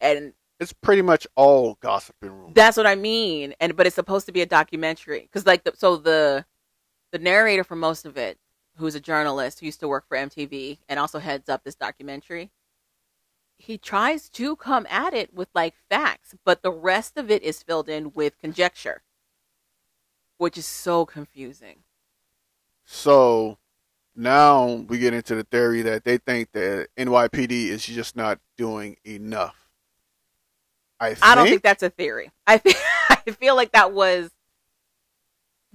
And It's pretty much all gossip and rumor. that's what I mean. And but it's supposed to be a documentary because, like, the, so the the narrator for most of it, who's a journalist who used to work for MTV and also heads up this documentary, he tries to come at it with like facts, but the rest of it is filled in with conjecture, which is so confusing. So now we get into the theory that they think that NYPD is just not doing enough. I think, I don't think that's a theory. I feel, I feel like that was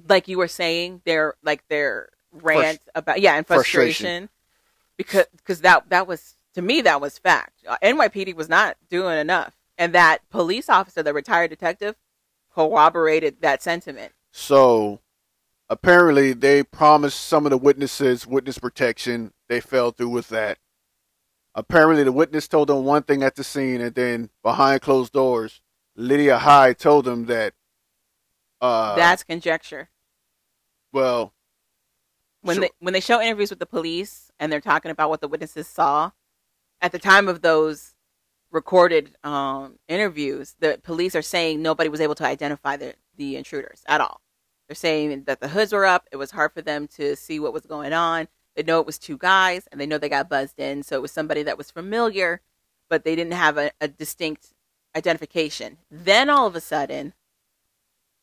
like you were saying their like their rant about yeah and Frustration. frustration, because because that that was to me that was fact. Uh, NYPD was not doing enough, and that police officer, the retired detective, corroborated that sentiment. so. Apparently, they promised some of the witnesses witness protection. They fell through with that. Apparently, the witness told them one thing at the scene, and then behind closed doors, Lydia High told them that. Uh, That's conjecture. well. When sure. they when they show interviews with the police and they're talking about what the witnesses saw, at the time of those recorded um, interviews, the police are saying nobody was able to identify the, the intruders at all. They're saying that the hoods were up. It was hard for them to see what was going on. They know it was two guys, and they know they got buzzed in, so it was somebody that was familiar, but they didn't have a, a distinct identification. Then all of a sudden,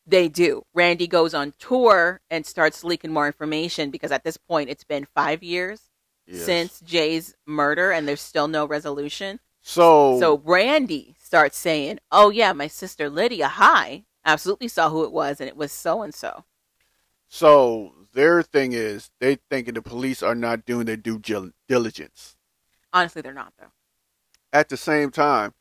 they do. Randy goes on tour and starts leaking more information because at this point, it's been five years Yes. since Jay's murder, and there's still no resolution. so So Randy starts saying, "Oh yeah, my sister Lydia, hi, absolutely saw who it was, and it was so and so." So their thing is they thinking the police are not doing their due gil- diligence. Honestly, they're not though. At the same time,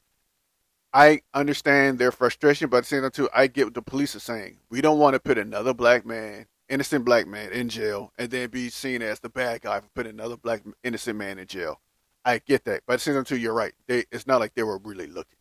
I understand their frustration, but at the same time too, I get what the police are saying. We don't want to put another black man, innocent black man, in jail, and then be seen as the bad guy for putting another black innocent man in jail. I get that, but at the same time too, you're right. They, it's not like they were really looking.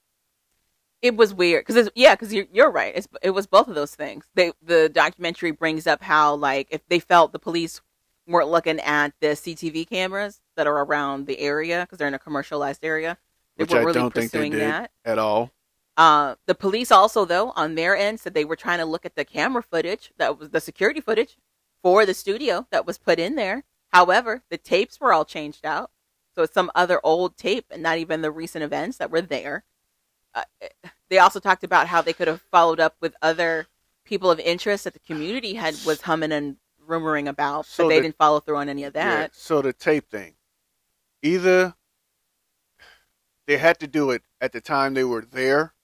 It was weird because yeah, because you're, you're right. It's, it was both of those things. They the documentary brings up how like if they felt the police weren't looking at the CTV cameras that are around the area because they're in a commercialized area, they Which were I really don't think they pursuing did. that. At all, Uh, the police also, though, on their end, said they were trying to look at the camera footage that was the security footage for the studio that was put in there. However, the tapes were all changed out, so it's some other old tape and not even the recent events that were there. Uh, it- they also talked about how they could have followed up with other people of interest that the community had was humming and rumoring about, So but they the- didn't follow through on any of Yeah, that. so the tape thing. Either they had to do it at the time they were there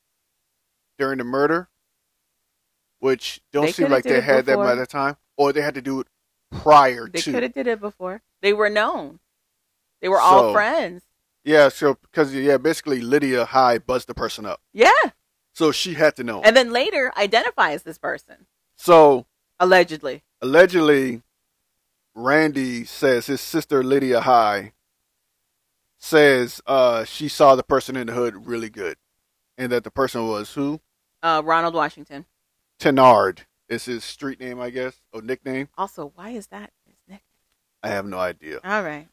during the murder, which don't They seem coulda like did they it had that by before. the time, or they had to do it prior They to. could have did it before. They were known. They were all So- friends. Yeah, so because yeah, basically Lydia High buzzed the person up. Yeah, So she had to know. and then later identifies this person so allegedly. allegedly, Randy says his sister Lydia High says uh, she saw the person in the hood really good, and that the person was who Uh, Ronald Washington. Tenard is his street name, I guess, or nickname. Also, why is that? his nick- I have no idea. All right.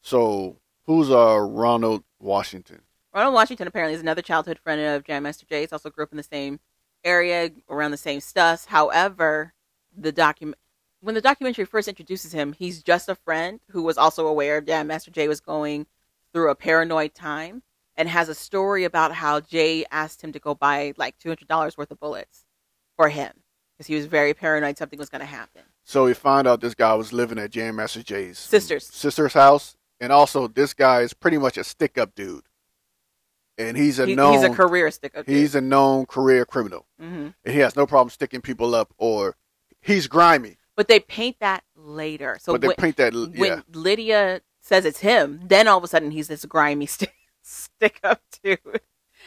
So who's uh Ronald Washington? Ronald Washington apparently is another childhood friend of Jam Master Jay's. Also grew up in the same area, around the same stuff. However, the document when the documentary first introduces him, he's just a friend who was also aware Jam Master Jay was going through a paranoid time and has a story about how Jay asked him to go buy like two hundred dollars worth of bullets for him because he was very paranoid something was going to happen. So we find out this guy was living at Jam Master Jay's Sisters. sister's house, and also this guy is pretty much a stick up dude, and he's a He- known he's a career stick. he's a known career criminal. hmm and he has no problem sticking people up or he's grimy. but they paint that later. So but they when- paint that l- when yeah. Lydia says it's him, then all of a sudden he's this grimy stick, stick up dude,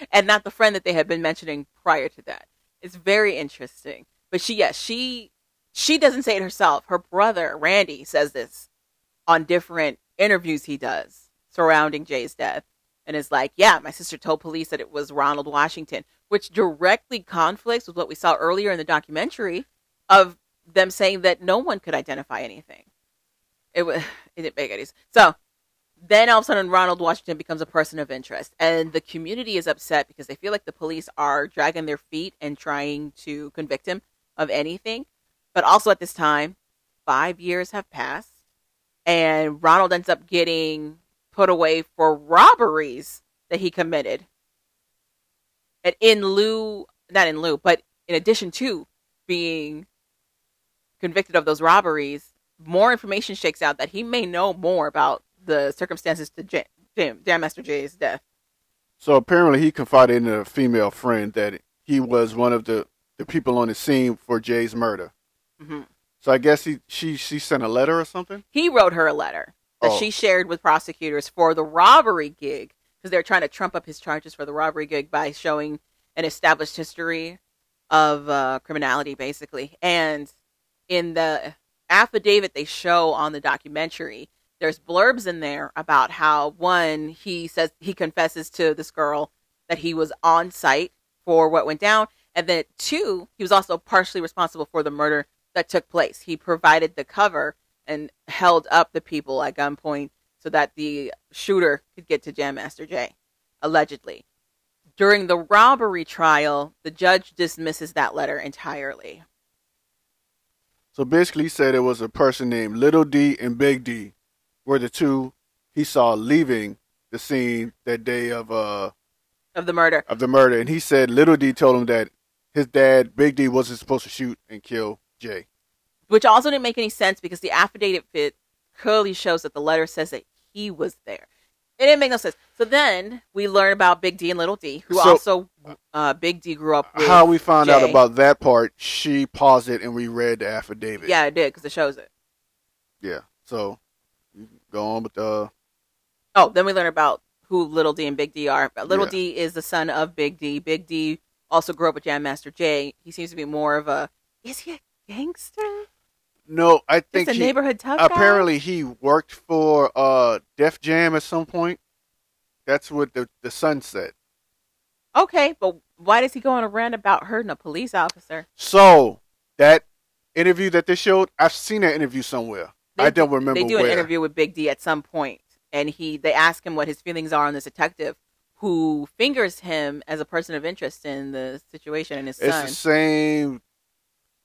and not the friend that they had been mentioning prior to that. It's very interesting. But she, yes, she she doesn't say it herself. Her brother Randy says this on different interviews he does surrounding Jay's death, and is like, yeah, my sister told police that it was Ronald Washington, which directly conflicts with what we saw earlier in the documentary of them saying that no one could identify anything it was it didn't make any sense. So then all of a sudden Ronald Washington becomes a person of interest and the community is upset because they feel like the police are dragging their feet and trying to convict him of anything. But also at this time, five years have passed and Ronald ends up getting put away for robberies that he committed. And in lieu not in lieu, but in addition to being convicted of those robberies, more information shakes out that he may know more about the circumstances to Jim, Jim Jam Master Jay's death. So apparently he confided in a female friend that he was one of the, the people on the scene for Jay's murder. Mhm. So I guess he she she sent a letter or something. He wrote her a letter that Oh. she shared with prosecutors for the robbery gig because they're trying to trump up his charges for the robbery gig by showing an established history of uh, criminality, basically. And in the affidavit they show on the documentary, there's blurbs in there about how one he says he confesses to this girl that he was on site for what went down, and that two he was also partially responsible for the murder that took place. He provided the cover and held up the people at gunpoint so that the shooter could get to Jam Master Jay, allegedly. During the robbery trial, the judge dismisses that letter entirely. So basically he said it was a person named Little D and Big D were the two he saw leaving the scene that day of uh Of the murder, of the murder and he said Little D told him that his dad, Big D, wasn't supposed to shoot and kill Jay. which also didn't make any sense because the affidavit fit clearly shows that the letter says that he was there. It didn't make no sense. So then we learn about Big D and Little D, who So- also uh, Big D grew up with. how we found out Jay. about that part, she paused it and we read the affidavit. Yeah, it did because it shows it. Yeah. So go on with uh Oh, then we learn about who Little D and Big D are. But Little Yeah. D is the son of Big D. Big D also grew up with Jam Master Jay. He seems to be more of a is he a gangster? no, I He's think a he- neighborhood tough guy. apparently he worked for uh Def Jam at some point. That's what the the son said. Okay, but why does he go on a rant about hurting a police officer? So that interview that they showed, I've seen that interview somewhere. I don't remember They do where. an interview with Big D at some point, and he they ask him what his feelings are on this detective who fingers him as a person of interest in the situation and his It's son. the same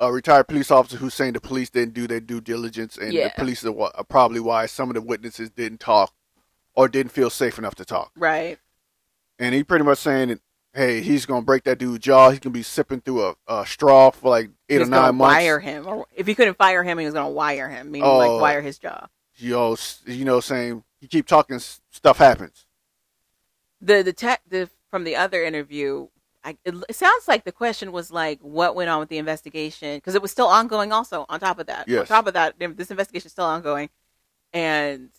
uh, retired police officer who's saying the police didn't do their due diligence, and Yeah. the police are, wh- are probably why some of the witnesses didn't talk or didn't feel safe enough to talk. Right. And he pretty much saying, that, "Hey, he's gonna break that dude's jaw. He's gonna be sipping through a, a straw for like eight He was or gonna nine months. Wire him, or if he couldn't fire him, he was going to wire him, meaning Oh. like wire his jaw. Yo, s- you know, saying you keep talking, s- stuff happens. the detective from the other interview I, it, it sounds like the question was like what went on with the investigation because it was still ongoing also on top of that Yes. on top of that this investigation is still ongoing and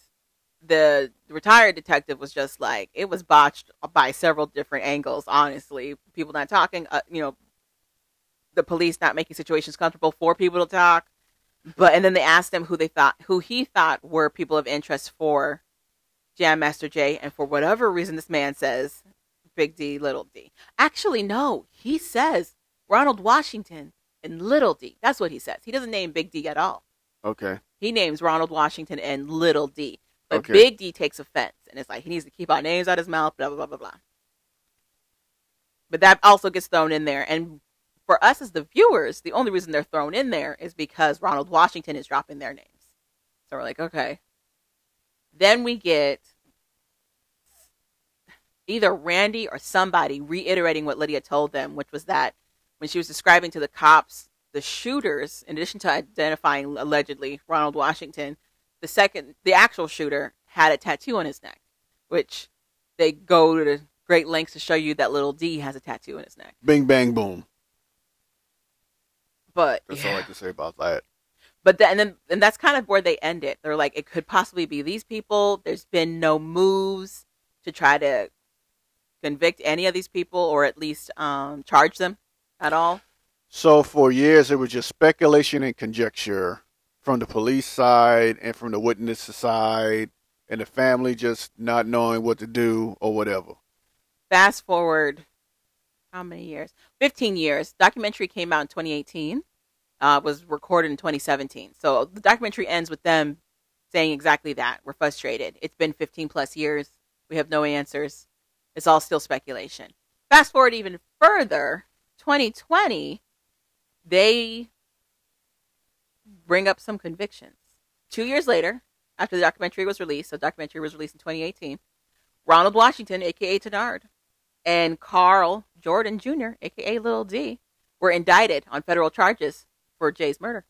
the retired detective was just like it was botched by several different angles. Honestly, people not talking, uh, you know, the police not making situations comfortable for people to talk. But and then they asked him who they thought who he thought were people of interest for Jam Master Jay, and for whatever reason, this man says Big D, Little D. Actually, no, he says Ronald Washington and Little D. That's what he says. He doesn't name Big D at all. Okay. He names Ronald Washington and Little D. But Okay. Big D takes offense and it's like he needs to keep our names out of his mouth, blah, blah, blah, blah, blah. But that also gets thrown in there. And for us as the viewers, the only reason they're thrown in there is because Ronald Washington is dropping their names. So we're like, okay. Then we get either Randy or somebody reiterating what Lydia told them, which was that when she was describing to the cops the shooters, in addition to identifying allegedly Ronald Washington, the second, the actual shooter had a tattoo on his neck, which they go to the great lengths to show you that little D has a tattoo on his neck. Bing bang boom. But That's all I have to say about that. but then and, then and that's kind of where they end it they're like it could possibly be these people there's been no moves to try to convict any of these people or at least um, charge them at all So for years, it was just speculation and conjecture from the police side and from the witness side, and the family just not knowing what to do or whatever. fast forward how many years 15 years documentary came out in 2018 uh, was recorded in 2017 so the documentary ends with them saying exactly that we're frustrated it's been 15 plus years we have no answers it's all still speculation fast forward even further 2020 they bring up some convictions two years later after the documentary was released so documentary was released in 2018 Ronald Washington, aka Tenard, and Carl Jordan Jr., aka Little D, were indicted on federal charges for Jay's murder.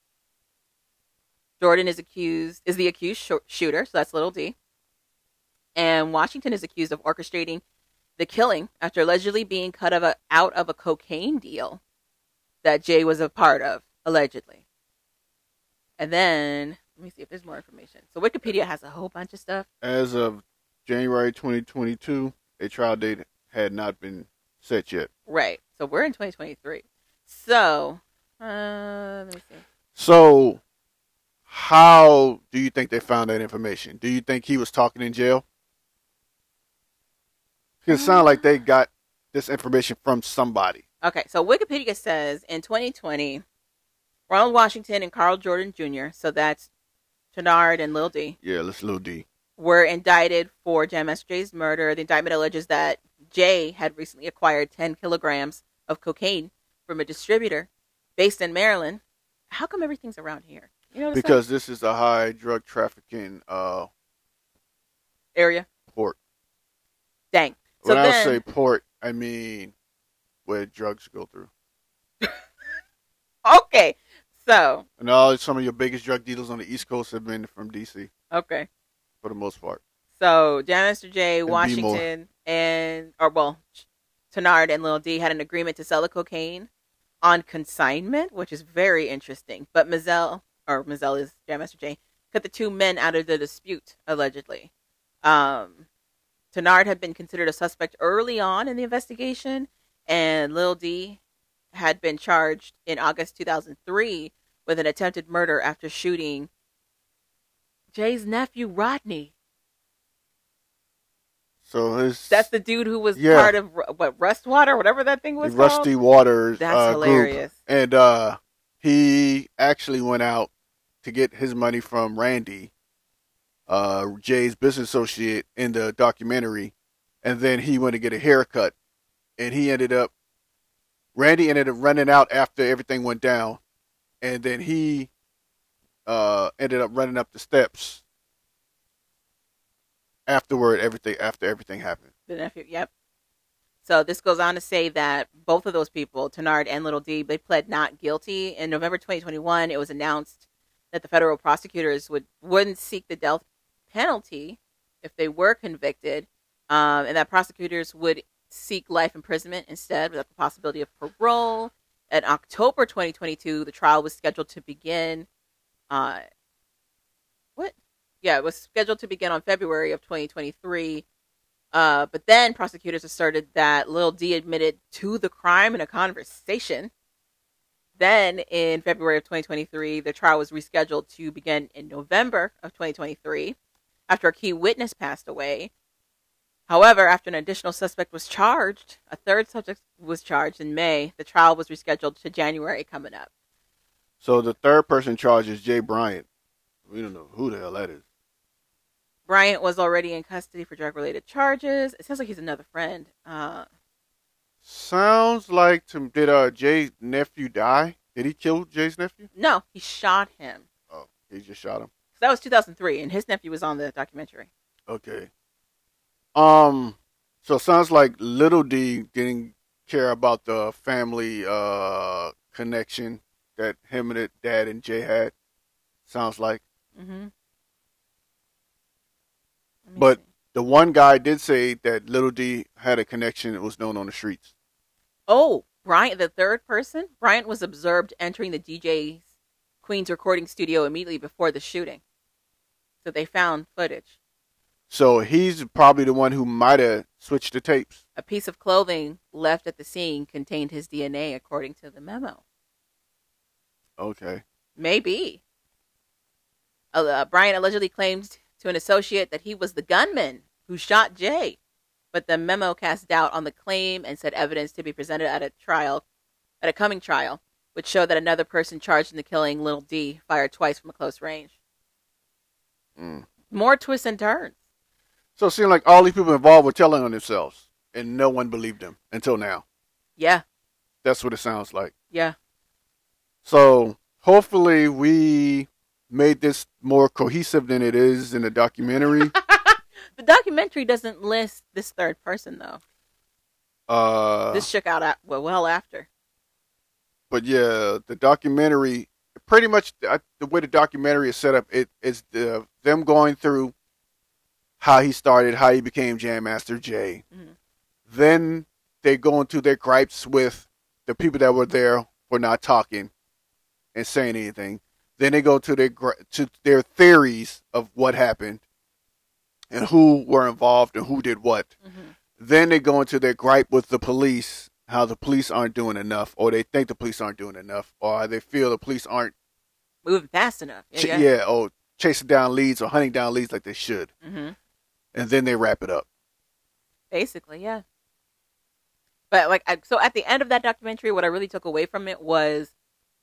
Jordan is accused is the accused sh- shooter, so that's Little D, and Washington is accused of orchestrating the killing after allegedly being cut of a, out of a cocaine deal that Jay was a part of, allegedly. And then let me see if there's more information. So Wikipedia has a whole bunch of stuff. As of January 2022, a trial date had not been set yet. Right. So we're in 2023. So, uh, let me see. So, how do you think they found that information? Do you think he was talking in jail? It sound like they got this information from somebody. Okay. So Wikipedia says in 2020, Ronald Washington and Carl Jordan Jr., so that's Tenard and Lil D, Yeah, let's little D. were indicted for Jam Master Jay's murder. The indictment alleges that Jay had recently acquired 10 kilograms of cocaine from a distributor based in Maryland. How come everything's around here? You know what I'm saying? because this is a high drug trafficking uh area. port. Dang. So when I then- say port, I mean where drugs go through. Okay. So, And all some of your biggest drug dealers on the East Coast have been from DC okay. for the most part. So Janice J. And Washington and or well, Tenard and Lil D had an agreement to sell the cocaine on consignment, which is very interesting. But Mazel or Mazel is Jam Master J cut the two men out of the dispute allegedly. Um, Tenard had been considered a suspect early on in the investigation, and Lil D had been charged in August 2003 with an attempted murder after shooting Jay's nephew Rodney. So his That's the dude who was Yeah. part of Ru- what Rustwater, whatever that thing the was Rusty called. Waters That's uh, group. hilarious. And uh he actually went out to get his money from Randy, uh Jay's business associate in the documentary, and then he went to get a haircut and he ended up Randy ended up running out after everything went down, and then he uh, ended up running up the steps afterward. Everything after everything happened. The nephew. Yep. So this goes on to say that both of those people, Tenard and Little D, they pled not guilty. In November 2021, it was announced that the federal prosecutors would wouldn't seek the death penalty if they were convicted, um, and that prosecutors would seek life imprisonment instead, without the possibility of parole. In October 2022, the trial was scheduled to begin. Uh, what? yeah, it was scheduled to begin on February of 2023. Uh, but then prosecutors asserted that Lil D admitted to the crime in a conversation. Then in February of 2023, the trial was rescheduled to begin in November of 2023 after a key witness passed away. However, after an additional suspect was charged, a third subject was charged in May. The trial was rescheduled to January coming up. So the third person charged is Jay Bryant. We don't know who the hell that is. Bryant was already in custody for drug related charges. It sounds like he's another friend. Uh, Sounds like to, did uh Jay's nephew die? Did he kill Jay's nephew? no, he shot him. Oh, he just shot him. So that was 2003, and his nephew was on the documentary. Okay. Um. So it sounds like Little D didn't care about the family uh connection that him and the dad and Jay had. Sounds like Mm-hmm. But- the one guy did say that Little D had a connection that was known on the streets. oh, Bryant, the third person, Bryant was observed entering the DJ's Queen's recording studio immediately before the shooting. So they found footage. So he's probably the one who might have switched the tapes. A piece of clothing left at the scene contained his DNA, according to the memo. Okay. Maybe. Uh, uh, Brian allegedly claimed to an associate that he was the gunman who shot Jay, but the memo cast doubt on the claim and said evidence to be presented at a trial, at a coming trial, which showed that another person charged in the killing, Little D, fired twice from a close range. Mm. More twists and turns. So it seemed like all these people involved were telling on themselves, and no one believed them until now. Yeah, That's what it sounds like. yeah. So hopefully we made this more cohesive than it is in the documentary. The documentary doesn't list this third person though. uh, this shook out at, well, well after. but yeah, the documentary pretty much I, the way the documentary is set up. It is the them going through how he started, how he became Jam Master Jay. Mhm. Then they go into their gripes with the people that were there for not talking and saying anything. Then they go to their gri- to their theories of what happened and who were involved and who did what. Then they go into their gripe with the police, how the police aren't doing enough, or they think the police aren't doing enough, or they feel the police aren't, Moving fast enough. ch- Yeah. yeah, or chasing down leads or hunting down leads like they should. Mm-hmm. And then they wrap it up. Basically, yeah. But like, I, so at the end of that documentary, what I really took away from it was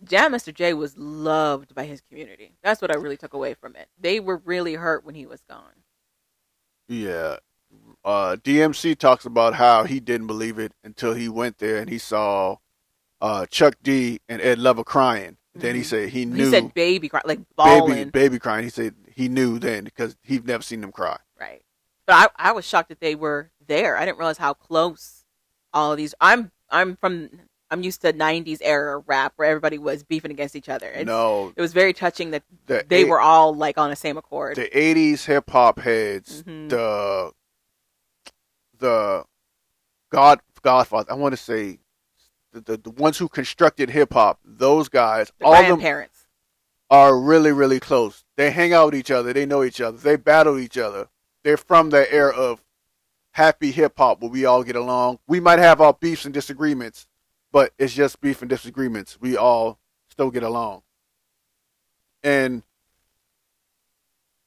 Jam Master Jay was loved by his community. That's what I really took away from it. They were really hurt when he was gone. Yeah. Uh, DMC talks about how he didn't believe it until he went there and he saw uh, Chuck D and Ed Lover crying. Then he Mhm. said he knew He said baby cry, like bawling, baby baby crying. He said he knew then because he'd never seen them cry. right? But I, I was shocked that they were there. I didn't realize how close all of these. I'm, I'm from, I'm used to '90s era rap where everybody was beefing against each other. It's- no, It was very touching that the they eight- were all like on the same accord. the '80s hip hop heads, Mhm. the the God Godfather. I want to say the, the the ones who constructed hip hop. Those guys, the all of them grandparents. are really really close. They hang out with each other. They know each other. They battle each other. They're from that era of happy hip hop where we all get along. We might have our beefs and disagreements, but it's just beef and disagreements. We all still get along. And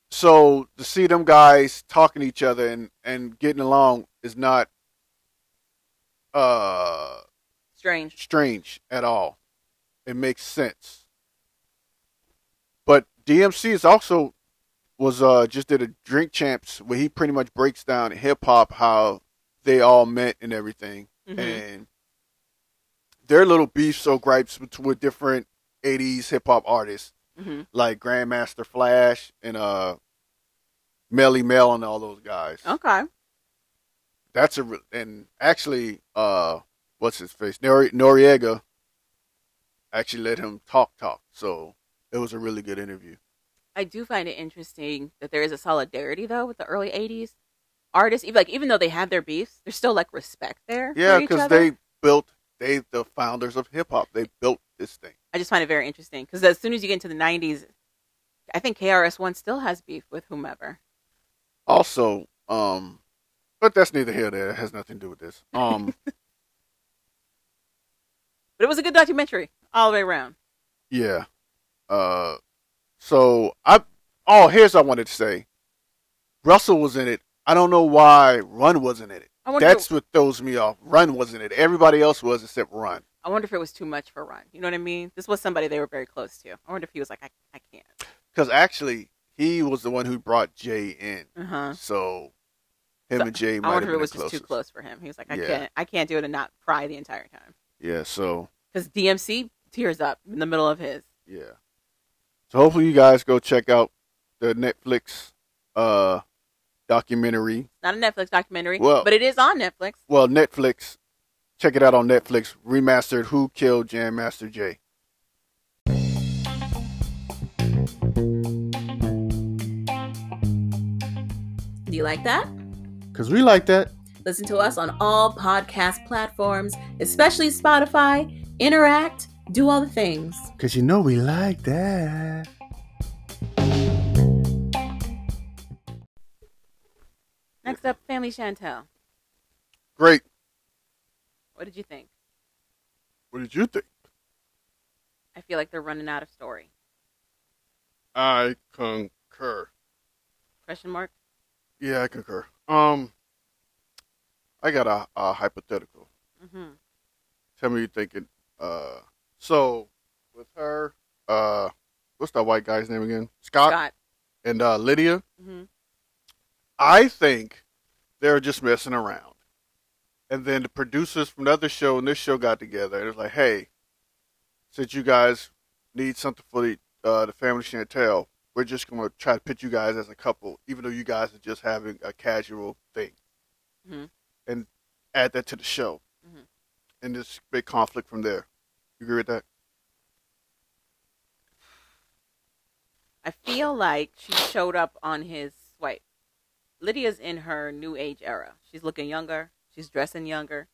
so to see them guys talking to each other and, and getting along is not uh Strange. strange at all. It makes sense. But DMC is also was uh just did a drink champs where he pretty much breaks down hip hop how they all met and everything Mhm. and their little beefs or gripes with, with different 80s hip hop artists Mhm. like Grandmaster Flash and uh Melly Mel and all those guys. Okay. That's a re- and actually uh what's his face Nori- Noriega actually let him talk talk. So it was a really good interview. I do find it interesting that there is a solidarity though with the early '80s artists. Even like even though they had their beefs, there's still like respect there. Yeah, for each because other. they built they the founders of hip hop. They built this thing. I just find it very interesting because as soon as you get into the '90s, I think KRS One still has beef with whomever. Also, um, but that's neither here nor there. It has nothing to do with this. Um, But it was a good documentary all the way around. yeah. Uh, so I. Oh, here's what I wanted to say. Russell was in it. I don't know why Run wasn't in it. I wonder, That's if it, what throws me off. Run wasn't in it. Everybody else was except Run. I wonder if it was too much for Ron. You know what I mean? This was somebody they were very close to. I wonder if he was like, I, I can't. Because actually, he was the one who brought Jay in. Uh-huh. So him So, and Jay might I have wonder been if it was the just too closest. close for him. He was like, I Yeah. can't, I can't do it and not cry the entire time. Yeah. So Because DMC tears up in the middle of his. yeah. So hopefully you guys go check out the Netflix uh documentary. Not a Netflix documentary, Well- but it is on Netflix. Well, Netflix. Check it out on Netflix. Remastered. Who killed Jam Master Jay? Do you like that? Cause we like that. Listen to us on all podcast platforms, especially Spotify. Interact, do all the things. Cause you know we like that. Next up, Family Chantel. Great. What did you think? What did you think? I feel like they're running out of story. I concur. Question mark? Yeah, I concur. Um, I got a, a hypothetical. Mm-hmm. Tell me you thinking. Uh, so with her, uh, what's that white guy's name again? Scott, Scott. and uh, Lydia. Mm-hmm. I think they're just messing around. And then the producers from the other show and this show got together and it was like, hey, since you guys need something for the, uh, the family Chantel, we're just going to try to pit you guys as a couple, even though you guys are just having a casual thing. Mhm. And add that to the show. Mhm. And this big conflict from there. You agree with that? I feel like she showed up on his swipe. Lydia's in her new age era. She's looking younger. She's dressing younger.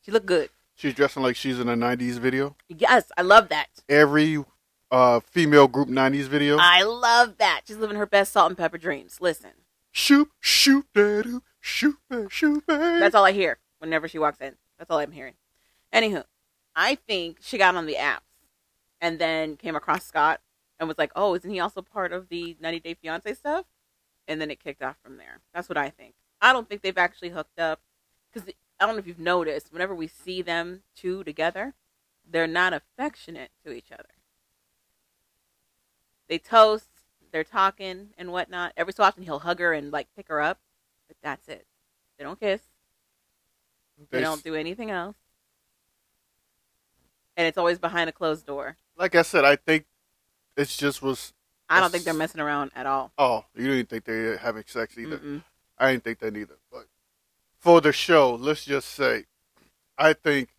She looked good. She's dressing like she's in a 90s video. Yes, I love that. Every uh, female group 90s video. I love that. She's living her best salt and pepper dreams. Listen, Shoot, shoot, daddy, shoot, ba- shoot, baby. that's all I hear whenever she walks in. That's all I'm hearing. Anywho, I think she got on the apps and then came across Scott and was like, oh, isn't he also part of the 90 Day Fiance stuff? And then it kicked off from there. That's what I think. I don't think they've actually hooked up because I don't know if you've noticed, whenever we see them two together, they're not affectionate to each other. They toast, they're talking and whatnot. Every so often, he'll hug her and like pick her up, but that's it. They don't kiss. They They- don't do anything else. And it's always behind a closed door. Like I said, I think it's just was. I don't That's- think they're messing around at all. Oh, you didn't think they're having sex either. Mm-mm. I didn't think that either. But for the show, let's just say, I think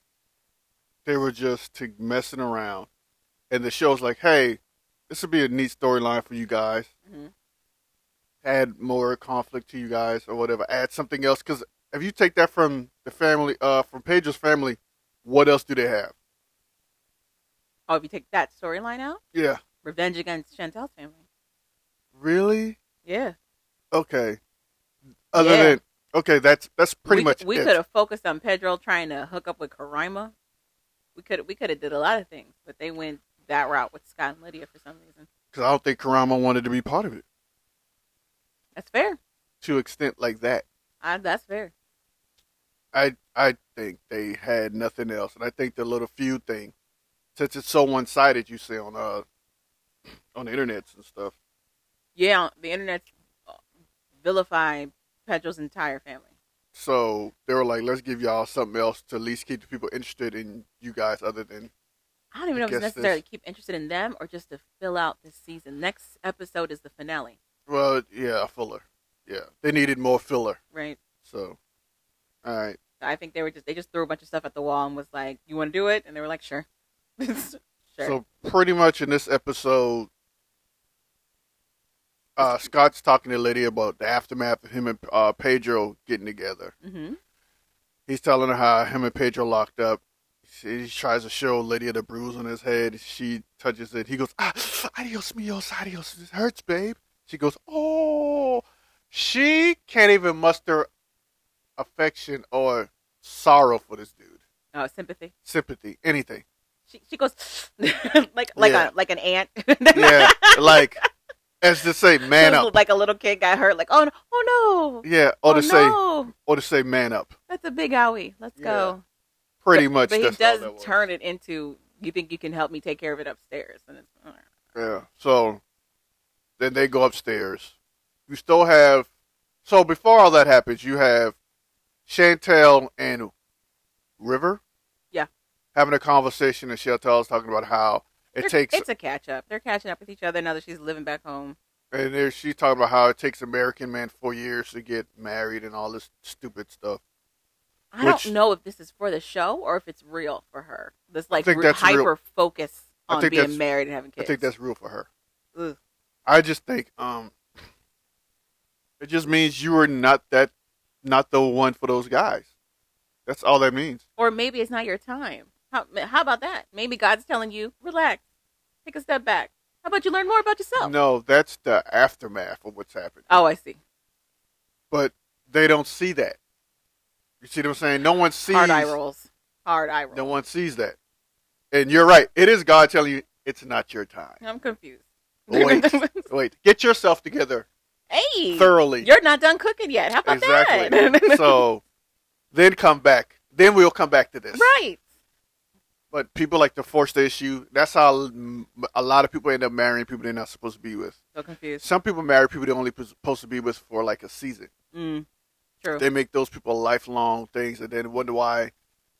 they were just to messing around, and the show's like, hey, this would be a neat storyline for you guys. Mhm. Add more conflict to you guys or whatever. Add something else because if you take that from the family, uh, from Pedro's family, what else do they have? Oh, if you take that storyline out, Yeah, revenge against Chantel's family. really? Yeah, Okay. Other Yeah. than okay, that's that's pretty we, much We it. could have focused on Pedro trying to hook up with Karima. We could we could have did a lot of things, but they went that route with Scott and Lydia for some reason. Because I don't think Karama wanted to be part of it That's fair. to extent like that. I, that's fair. I I think they had nothing else, and I think the little feud thing, since it's so one sided, you see on uh on the internets and stuff. Yeah, the internet's uh, vilifying Pedro's entire family. So they were like, let's give y'all something else to at least keep the people interested in you guys, other than I don't even know if I it's guess necessarily to keep interested in them or just to fill out this season. Next episode is the finale, well, yeah, filler. Yeah, they needed more filler. right? So, all right, So I think they were just they just threw a bunch of stuff at the wall and was like, "You want to do it?" And they were like, "Sure, sure." So pretty much in this episode, uh, Scott's talking to Lydia about the aftermath of him and uh, Pedro getting together. hmm He's telling her how him and Pedro locked up. She tries to show Lady of the bruise on his head. She touches it. He goes, ah, adios, mios, adios. This hurts, babe. She goes, oh. She can't even muster affection or sorrow for this dude. Oh, sympathy. Sympathy, anything. She, she goes like like Yeah. a like an ant. Yeah, like, as to say, man up. Like a little kid got hurt. Like oh no, oh no, Yeah, or oh to say, no, or to say, man up. that's a big owie. Let's Yeah. go. Pretty But- much. But he that's all does that was. turn it into you think you can help me take care of it upstairs, and it's all right. Yeah. So then they go upstairs. You still have so before all that happens, you have Chantel and River. Yeah. Having a conversation and Chantel's talking about how it They're- takes it's a catch up. They're catching up with each other now that she's living back home. and there she's talking about how it takes American men four years to get married and all this stupid stuff. I Which- don't know if this is for the show or if it's real for her. This like think that's real. hyper focus I on think being that's- married and having kids. I think that's real for her. Ugh. I just think um it just means you are not that not the one for those guys. That's all that means. or maybe it's not your time. How, how about that? Maybe God's telling you, relax, take a step back. How about you learn more about yourself? No, that's the aftermath of what's happened. Oh, I see. But they don't see that. You see what I'm saying? No one sees. Hard eye rolls. Hard eye rolls. No one sees that. And you're right. It is God telling you it's not your time. I'm confused. Wait, wait. Get yourself together hey, thoroughly. you're not done cooking yet. How about exactly. that? so then come back. Then we'll come back to this. right. But people like to force the issue. That's how mm, a lot of people end up marrying people they're not supposed to be with. So confused. Some people marry people they're only pos- supposed to be with for like a season. Mm, true. they make those people lifelong things and then wonder why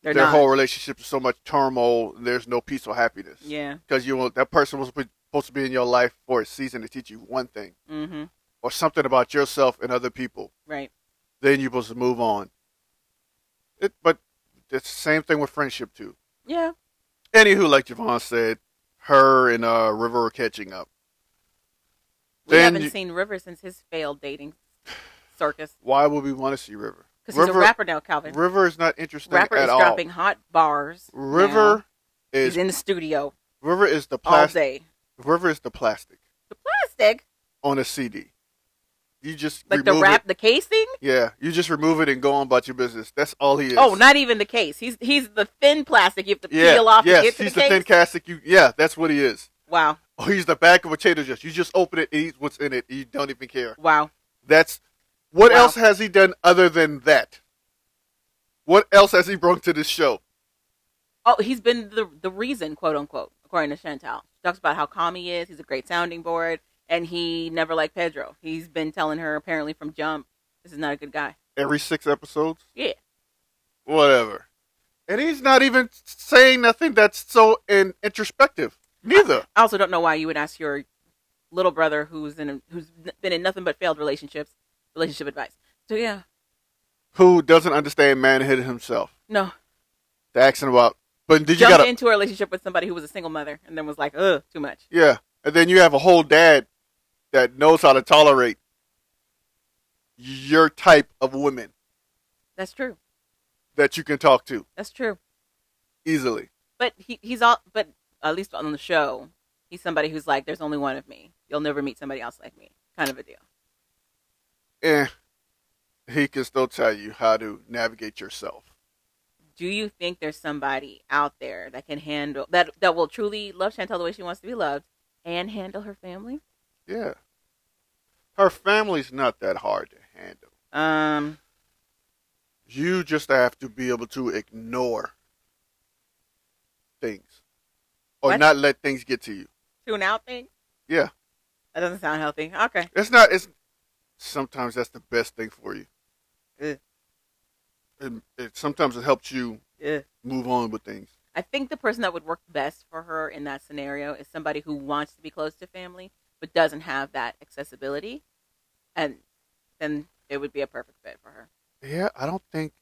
They're their not. whole relationship is so much turmoil and there's no peace or happiness yeah. because you want that person was supposed to be in your life for a season to teach you one thing Mm-hmm. or something about yourself and other people Right. then you're supposed to move on it, but it's the same thing with friendship too Yeah. anywho like javon said her and uh, river are catching up We Then haven't you- seen River since his failed dating circus why would we want to see river because he's a river, rapper now, Calvin. river is not interesting rapper at is all dropping hot bars. now. river He's is in the studio river is the all plastic day. river is the plastic The plastic, on a CD. You just like remove the wrap, the casing. It. Yeah, you just remove it and go on about your business. That's all he is. Oh, not even the case. He's he's the thin plastic you have to yeah, peel off Yes, to get to he's the, the, case. thin castic. You, yeah, that's what he is. wow, Oh, he's the back of a tater just. You just open it, and eat what's in it. And you don't even care. wow. That's what Wow. else has he done other than that? What else has he brought to this show? Oh, he's been the the reason, quote unquote, according to Chantal. She talks about how calm he is. He's a great sounding board, and he never liked Pedro. He's been telling her apparently from jump, this is not a good guy. Every six episodes, Yeah, whatever. And he's not even saying nothing that's so in- introspective. Neither. I also don't know why you would ask your little brother who's in a, who's n- been in nothing but failed relationships relationship advice. So yeah, Who doesn't understand manhood himself? no. to ask him about. But did you Jumped got a into a relationship with somebody who was a single mother and then was like, ugh, too much. yeah? And then you have a whole dad that knows how to tolerate your type of women That's true. that you can talk to That's true. easily. But he, he's all. But at least on the show, he's somebody who's like, there's only one of me. You'll never meet somebody else like me. Kind of a deal. And Eh. he can still tell you how to navigate yourself. Do you think there's somebody out there that can handle that that will truly love Chantel the way she wants to be loved and handle her family? Yeah, her family's not that hard to handle. Um, You just have to be able to ignore things or What? not let things get to you. tune out thing. Yeah. That doesn't sound healthy. Okay. It's not. It's sometimes that's the best thing for you. Eh. It, it sometimes it helps you Ugh. move on with things. I think the person that would work best for her in that scenario is somebody who wants to be close to family but doesn't have that accessibility, and then it would be a perfect fit for her. Yeah, I don't think.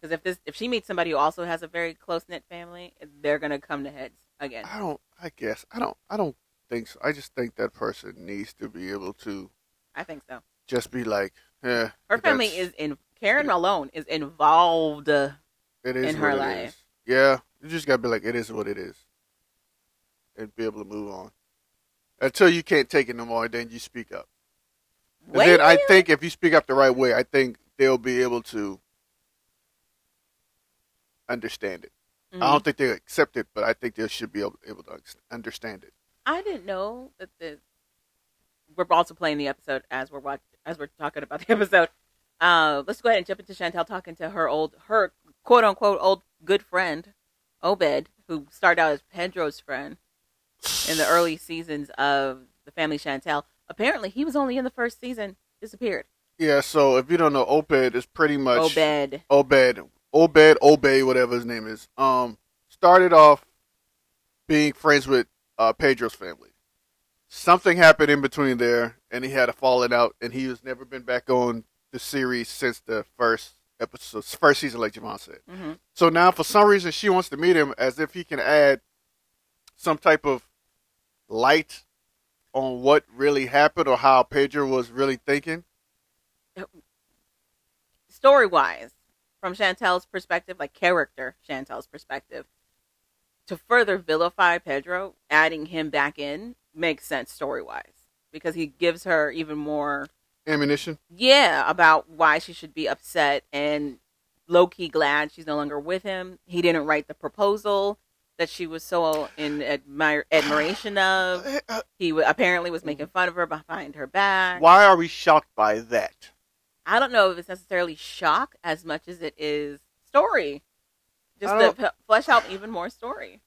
Because if this, if she meets somebody who also has a very close knit family, they're gonna come to heads again. I don't. I guess I don't. I don't think so. I just think that person needs to be able to I think so. just be like, "Eh, yeah. Her family that's- is in Karen alone is involved. uh, It is in her what it life. is. Yeah, You just gotta be like, it is what it is, and be able to move on. Until you can't take it no more, then you speak up. And Wait, then I wait, think if you speak up the right way, I think they'll be able to understand it. Mm-hmm. I Mm. don't think they accept it, but I think they should be able, able to ex- understand it. I didn't know that the we're also playing the episode as we're watch as we're talking about the episode. Uh, let's go ahead and jump into Chantel talking to her old her quote unquote old good friend Obed, who started out as Pedro's friend in the early seasons of the Family Chantel. Apparently, he was only in the first season. Disappeared. Yeah. So if you don't know, Oped is pretty much Obed. Obed, Obed, Obey, whatever his name is, um, started off being friends with uh, Pedro's family. Something happened in between there, and he had a falling out, and he has never been back on the series since the first episode, first season, like Javon said. Mhm. So now, for some reason, she wants to meet him as if he can add some type of light on what really happened or how Pedro was really thinking. story wise, from Chantel's perspective, like character Chantel's perspective, to further vilify Pedro, adding him back in makes sense story wise because he gives her even more, Ammunition. yeah, about why she should be upset and low key glad she's no longer with him. He didn't write the proposal that she was so in admire admiration of. He wa apparently was making fun of her behind her back. Why are we shocked by that? I don't know if it's necessarily shock as much as it is story. Just I to don't- p- flesh out even more story.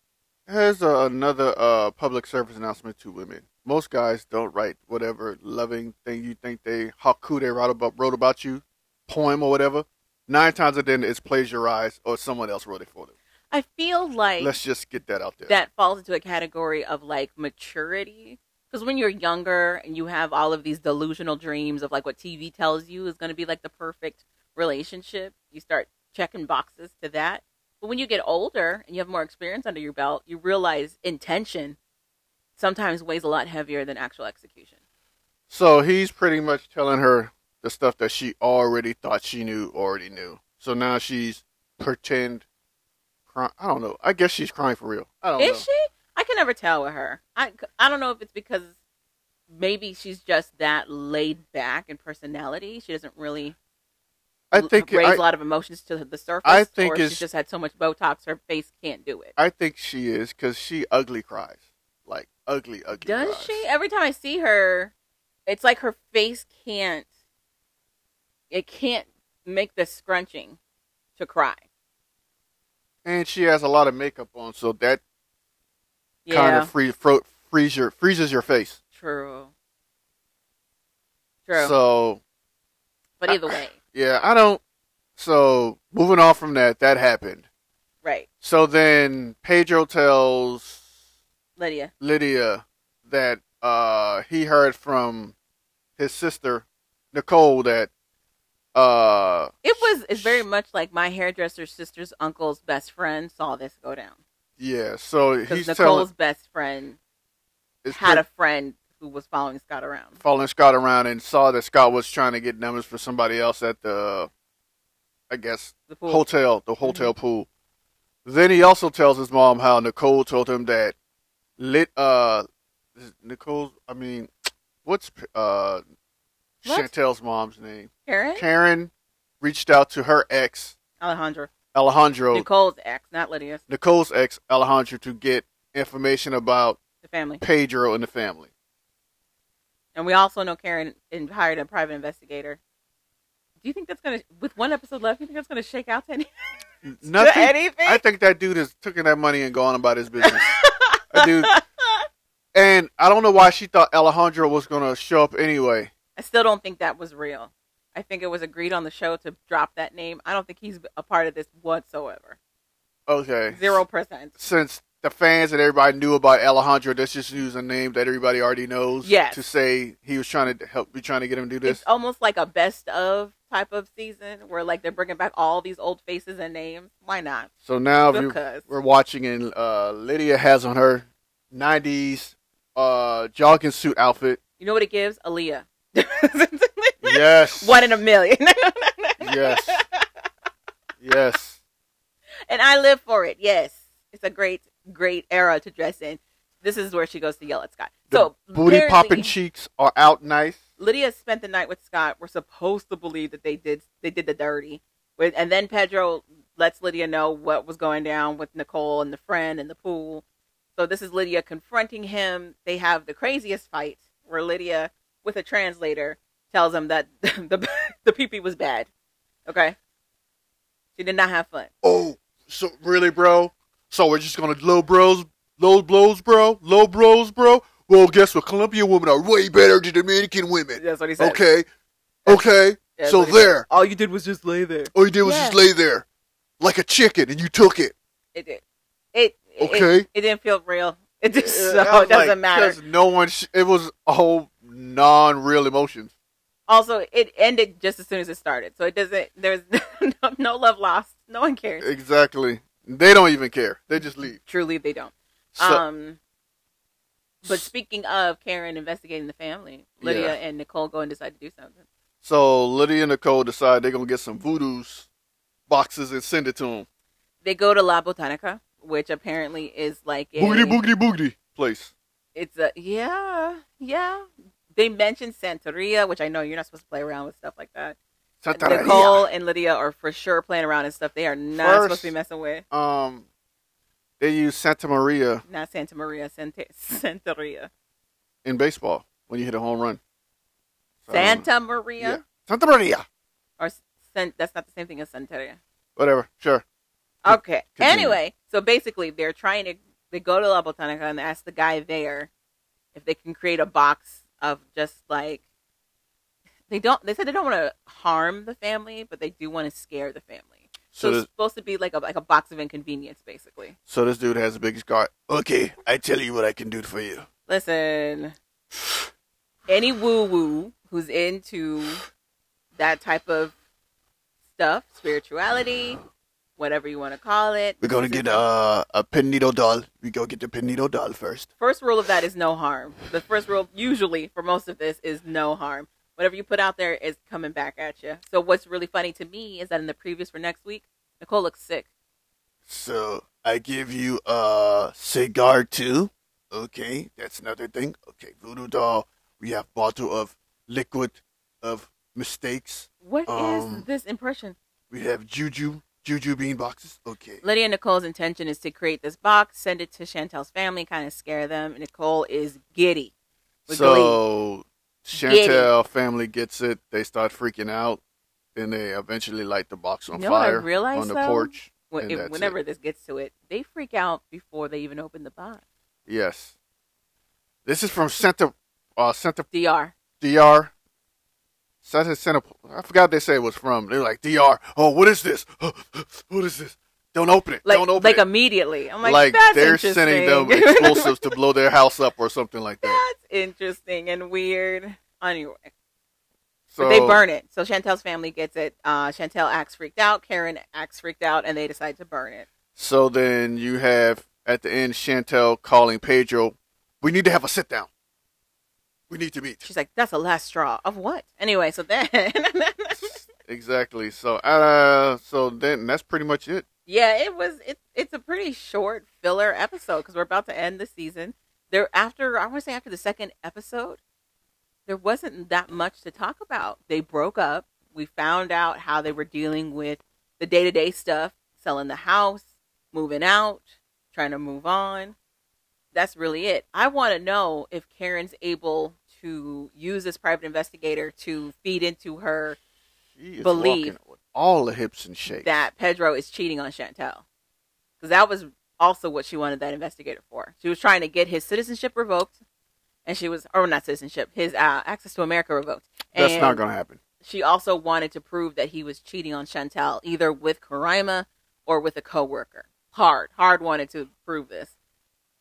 Here's uh, another uh, public service announcement to women. Most guys don't write whatever loving thing you think they haku they wrote about, wrote about you, poem or whatever. Nine times out of ten, it's plagiarized or someone else wrote it for them. I feel like Let's just get that out there. that falls into a category of like maturity. Because when you're younger and you have all of these delusional dreams of like what TV tells you is going to be like the perfect relationship, you start checking boxes to that. But when you get older and you have more experience under your belt, you realize intention sometimes weighs a lot heavier than actual execution. so he's pretty much telling her the stuff that she already thought she knew, already knew. So now she's pretend. Cry- I don't know. I guess she's crying for real. I don't know. Is she? I can never tell with her. I, I don't know if it's because maybe she's just that laid back in personality. She doesn't really I think raise I, a lot of emotions to the surface. I think or it's- she just had so much Botox, her face can't do it. I think she is because she ugly cries, like ugly, ugly. Does cries. she? Every time I see her, it's like her face can't. It can't make the scrunching to cry. And she has a lot of makeup on, so that Yeah, kind of free, fro- freeze your, freezes your face. true. True. So but either way, yeah, I don't. So moving on from that, that happened. right, So then Pedro tells Lydia. Lydia that uh, he heard from his sister Nicole that uh, It was it's very much like my hairdresser's sister's uncle's best friend saw this go down. yeah. So Because he's Nicole's telling best friend it's had pretty- a friend who was following Scott around. following Scott around and saw that Scott was trying to get numbers for somebody else at the, I guess, The fool. hotel, the hotel pool. Then he also tells his mom how Nicole told him that lit uh is it Nicole's I mean what's uh What? Chantel's mom's name? Karen? Karen reached out to her ex Alejandro. Alejandro, Nicole's ex, not Lydia's, Nicole's ex Alejandro to get information about the family. Pedro and the family. And we also know Karen and hired a private investigator. Do you think that's gonna with one episode left, you think that's gonna shake out to any- Nothing anything? I think that dude is taking that money and going about his business. that dude. And I don't know why she thought Alejandro was gonna show up anyway. I still don't think that was real. I think it was agreed on the show to drop that name. I don't think he's a part of this whatsoever. Okay. Zero percent. Since the fans and everybody knew about Alejandro, that's just use a name that everybody already knows. Yes. To say he was trying to help, be trying to get him to do this. it's almost like a best of type of season where like they're bringing back all these old faces and names. Why not? So now if you- Because we're watching, and uh, Lydia has on her '90s uh, jogging suit outfit. you know what it gives? Aaliyah. Yes. One in a million. Yes. yes. and I live for it. Yes. a great, great era to dress in. This is where she goes to yell at Scott. The so Booty popping literally, cheeks are out nice. Lydia spent the night with Scott. We're supposed to believe that they did they did the dirty, With- and then Pedro lets Lydia know what was going down with Nicole and the friend and the pool. So this is Lydia confronting him. They have the craziest fight where Lydia, with a translator, tells him that the the pee was bad. Okay, she did not have fun. Oh, so really, bro? So we're just gonna low bros, low blows, bro, low bros, bro. Well, guess what? Colombian women are way better than Dominican women. That's what he said. Okay, okay. That's so what he said. there. all you did was just lay there. All you did was just Yeah. lay there like a chicken, and you took it. It did. It it- Okay. It, didn't feel real. It just so Yeah, I was it doesn't like, matter. 'cause No one. Sh- it was a whole non-real emotions. also it ended just as soon as it started so it doesn't there's no, no love lost no one cares Exactly. They don't even care. They just leave. truly they don't So, um but speaking of karen investigating the family lydia Yeah. and nicole go and decide to do something so Lydia and Nicole decide they're gonna get some voodoo's boxes and send it to them. they go to la botanica which apparently is like a, Boogity boogity boogity place. it's a yeah yeah they mentioned santeria which i know you're not supposed to play around with stuff like that Santeria. nicole and lydia are for sure playing around and stuff they are not supposed First- to be messing with Um, they use Santa Maria not santa maria Santa, santeria in baseball when you hit a home run. So, santa maria Um, Yeah. Santa Maria. or sen- that's not the same thing as Santeria. Whatever. Sure. Okay. continue. Anyway, so basically, they're trying to they go to La Botanica and ask the guy there if they can create a box of just like they don't. They said they don't want to harm the family, but they do want to scare the family. So, So, it's this, supposed to be like a like a box of inconvenience, basically. so this dude has a big scar. Okay, I tell you what I can do for you. Listen, any woo woo who's into that type of stuff, spirituality, whatever you want to call it, We're gonna this is get uh, a pin needle doll. We go get the pin needle doll first. first rule of that is no harm. The first rule, usually for most of this, is no harm. Whatever you put out there is coming back at you. So what's really funny to me is that in the previews for next week, Nicole looks sick. So I give you a cigar too. Okay, that's another thing. Okay, voodoo doll. We have bottle of liquid of mistakes. What is Um. this impression? We have juju juju bean boxes. Okay. Lydia and Nicole's intention is to create this box, send it to Chantel's family, kind of scare them. Nicole is giddy. with So Get Chantel family gets it. They start freaking out, and they eventually light the box on You know what I fire realized, on the though? porch. when, and if- that's whenever it. this gets to it, they freak out before they even open the box. Yes, this is from Santa uh, Santa Dr. DR. Santa Santa. I forgot they say it was from. They're like DR. Oh, what is this? what is this? Don't open it. Like, Don't open like it. immediately. I'm like, that's they're sending them interesting." explosives to blow their house up or something like that. That's interesting and weird. Anyway, So but they burn it. So Chantel's family gets it. Uh, Chantel acts freaked out. Karen acts freaked out, and they decide to burn it. So then you have at the end Chantel calling Pedro, "We need to have a sit down. We need to meet." She's like, "That's the last straw of what?" Anyway, so then, exactly. So uh, so then that's pretty much it. yeah, it was. It, it's a pretty short filler episode because we're about to end the season. There after I want to say after the second episode, there wasn't that much to talk about. They broke up. We found out how they were dealing with the day to day stuff, selling the house, moving out, trying to move on. That's really it. I want to know if Karen's able to use this private investigator to feed into her She is Believe. walking with all the hips and shakes. that Pedro is cheating on Chantel. Because that was also what she wanted that investigator for. She was trying to get his citizenship revoked, and she was, or not citizenship, his uh, access to America revoked. that's and not gonna happen. she also wanted to prove that he was cheating on Chantel, either with Karima or with a coworker. Hard, hard wanted to prove this.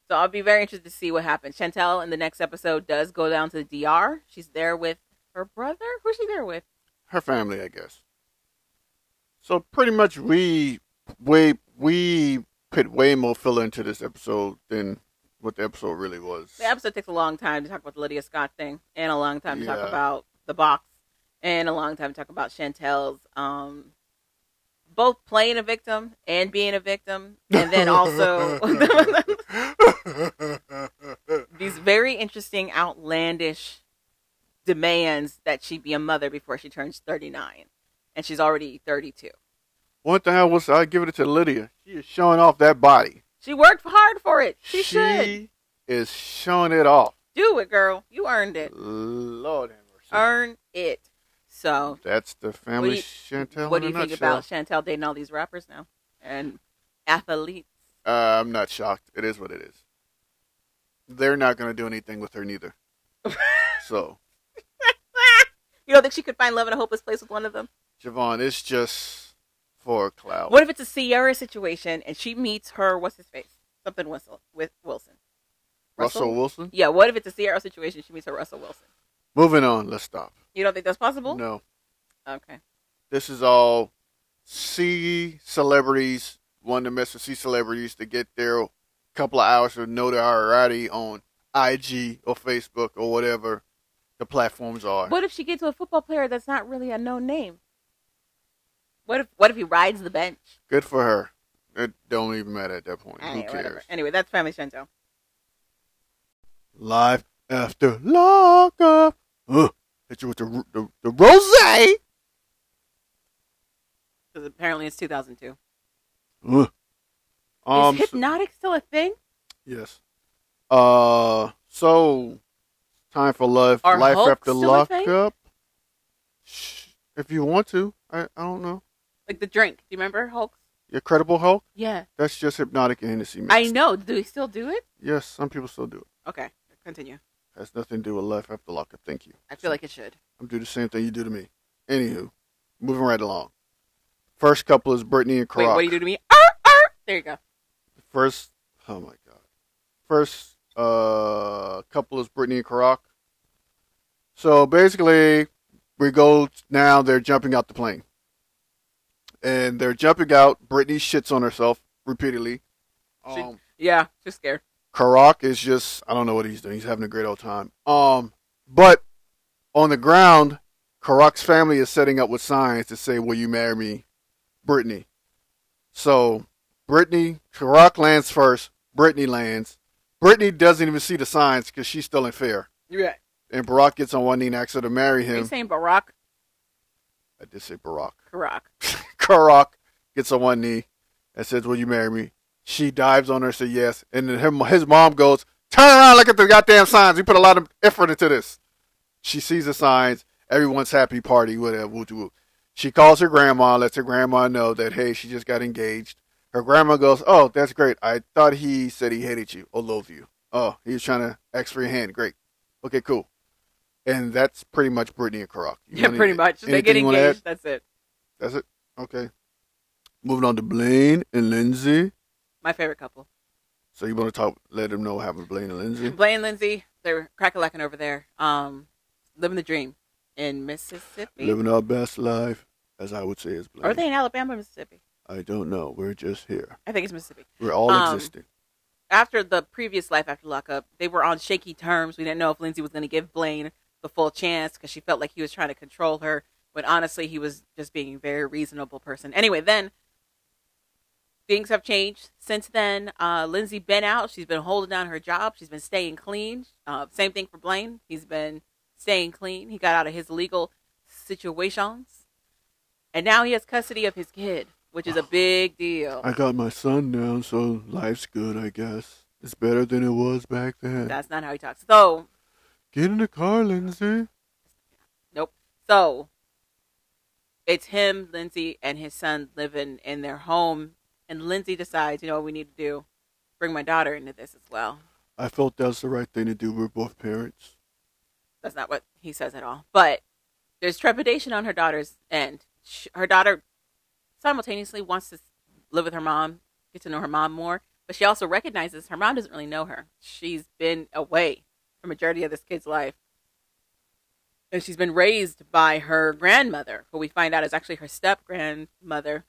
So I'll be very interested to see what happens. Chantel in the next episode does go down to the DR. She's there with her brother. Who's she there with? Her family, I guess. So pretty much we we we put way more filler into this episode than what the episode really was. The episode takes a long time to talk about the Lydia Scott thing, and a long time to Yeah. talk about the box, and a long time to talk about Chantel's um, both playing a victim and being a victim, and then also these very interesting, outlandish demands that she be a mother before she turns 39. And she's already 32. One thing I will say, I give it to Lydia. She is showing off that body. She worked hard for it. She, should. is showing it off. Do it, girl. You earned it. Lord have mercy. Earn it. So, That's the family What do you- Chantel. what do in you a think nutshell. about Chantel dating all these rappers now? And athletes. Uh, I'm not shocked. It is what it is. They're not going to do anything with her neither. so, You don't think she could find love in a hopeless place with one of them? Javon, it's just for a cloud. What if it's a Sierra situation and she meets her, what's his face? Something Whistle, with Wilson. Russell, Wilson? Yeah, what if it's a Sierra situation? She meets her Russell Wilson. Moving on. Let's stop. You don't think that's possible? No. Okay. This is all C celebrities wanting to mess with C celebrities to get their couple of hours of notoriety on IG or Facebook or whatever the platforms are. What if she gets to a football player that's not really a known name? What if what if he rides the bench? Good for her. It don't even matter at that point. Who Alright, cares? whatever. Anyway, that's Family Chantel. Live after lockup. Ugh. Hit you with the the, the rose. Because apparently it's 2002. Ugh. Um. Is hypnotic still a thing? yes. Uh. So, time for love. Are Life Hulk after still a thing? lockup. Shh. If you want to, I I don't know. Like the drink. Do you remember Hulk? Your credible Hulk. Yeah. That's just hypnotic and Hennessy. Mixed. I know. Do we still do it? Yes, some people still do it. Okay. Continue. Has nothing to do with life after lockup. Thank you. I feel like it should. I'm doing the same thing you do to me. Anywho, moving right along. First couple is Brittany and Karak. Wait, what do you do to me? Arr, arr! There you go. First, oh my god. First uh, couple is Brittany and Karak. So basically, we go now. They're jumping out the plane, and they're jumping out. Brittany shits on herself repeatedly. She- Um, Yeah, just scared. Karak is just I don't know what he's doing. He's having a great old time. Um, but on the ground, Karak's family is setting up with signs to say, "Will you marry me, Brittany?" So Brittany, Karak lands first. Brittany lands. Brittany doesn't even see the signs because she's still in fear. Yeah. And Barack gets on one knee and asks her to marry Are you him. saying Barack? I did say Barack. Karak. Karak gets on one knee and says, "Will you marry me?" She dives on her, and says yes, and then him, his mom goes, "Turn around, look at the goddamn signs. We put a lot of effort into this." She sees the signs. Everyone's happy, party, whatever. Woo, woo. She calls her grandma, lets her grandma know that hey, she just got engaged. Her grandma goes, "Oh, that's great. I thought he said he hated you or loved you. Oh, he was trying to ask for your hand. Great. Okay, cool." And that's pretty much Brittany and Karak. You Yeah, want pretty any- much. They anything get you wanna add? engaged. That's it. That's it. Okay. Moving on to Blaine and Lindsay. My favorite couple. So you want to talk? Let them know what happened, to Blaine and Lindsay. Blaine and Lindsay, they're crack a over there. Um, living the dream in Mississippi. Living our best life, as I would say, is Blaine. Or Are they in Alabama or Mississippi? I don't know. We're just here. I think it's Mississippi. We're all Um, existing. After the previous life after lockup, they were on shaky terms. We didn't know if Lindsay was going to give Blaine the full chance because she felt like he was trying to control her. When honestly, he was just being a very reasonable person. Anyway, then things have changed since then. Uh, Lindsay been out. She's been holding down her job. She's been staying clean. Uh, same thing for Blaine. He's been staying clean. He got out of his legal situations, and now he has custody of his kid, which is a big deal. I got my son now, so life's good, I guess. It's better than it was back then. That's not how he talks. So, Get in the car, Lindsay. so it's him, Lindsay, and his son living in their home, and Lindsay decides, you know what we need to do, bring my daughter into this as well. I felt that was the right thing to do. We're both parents. That's not what he says at all. But there's trepidation on her daughter's end. Sh her daughter simultaneously wants to s- live with her mom, get to know her mom more, but she also recognizes her mom doesn't really know her. She's been away for majority of this kid's life. And she's been raised by her grandmother, who we find out is actually her step grandmother.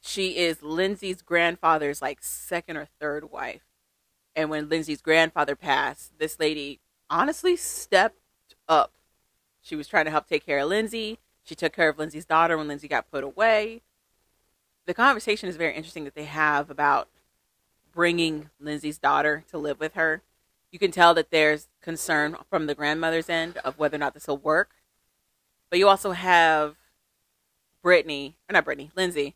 She is Lindsay's grandfather's like second or third wife. And when Lindsay's grandfather passed, this lady honestly stepped up. She was trying to help take care of Lindsay. She took care of Lindsay's daughter when Lindsay got put away. The conversation is very interesting that they have about bringing Lindsay's daughter to live with her. You can tell that there's concern from the grandmother's end of whether or not this will work. But you also have Brittany, or not Brittany, Lindsay,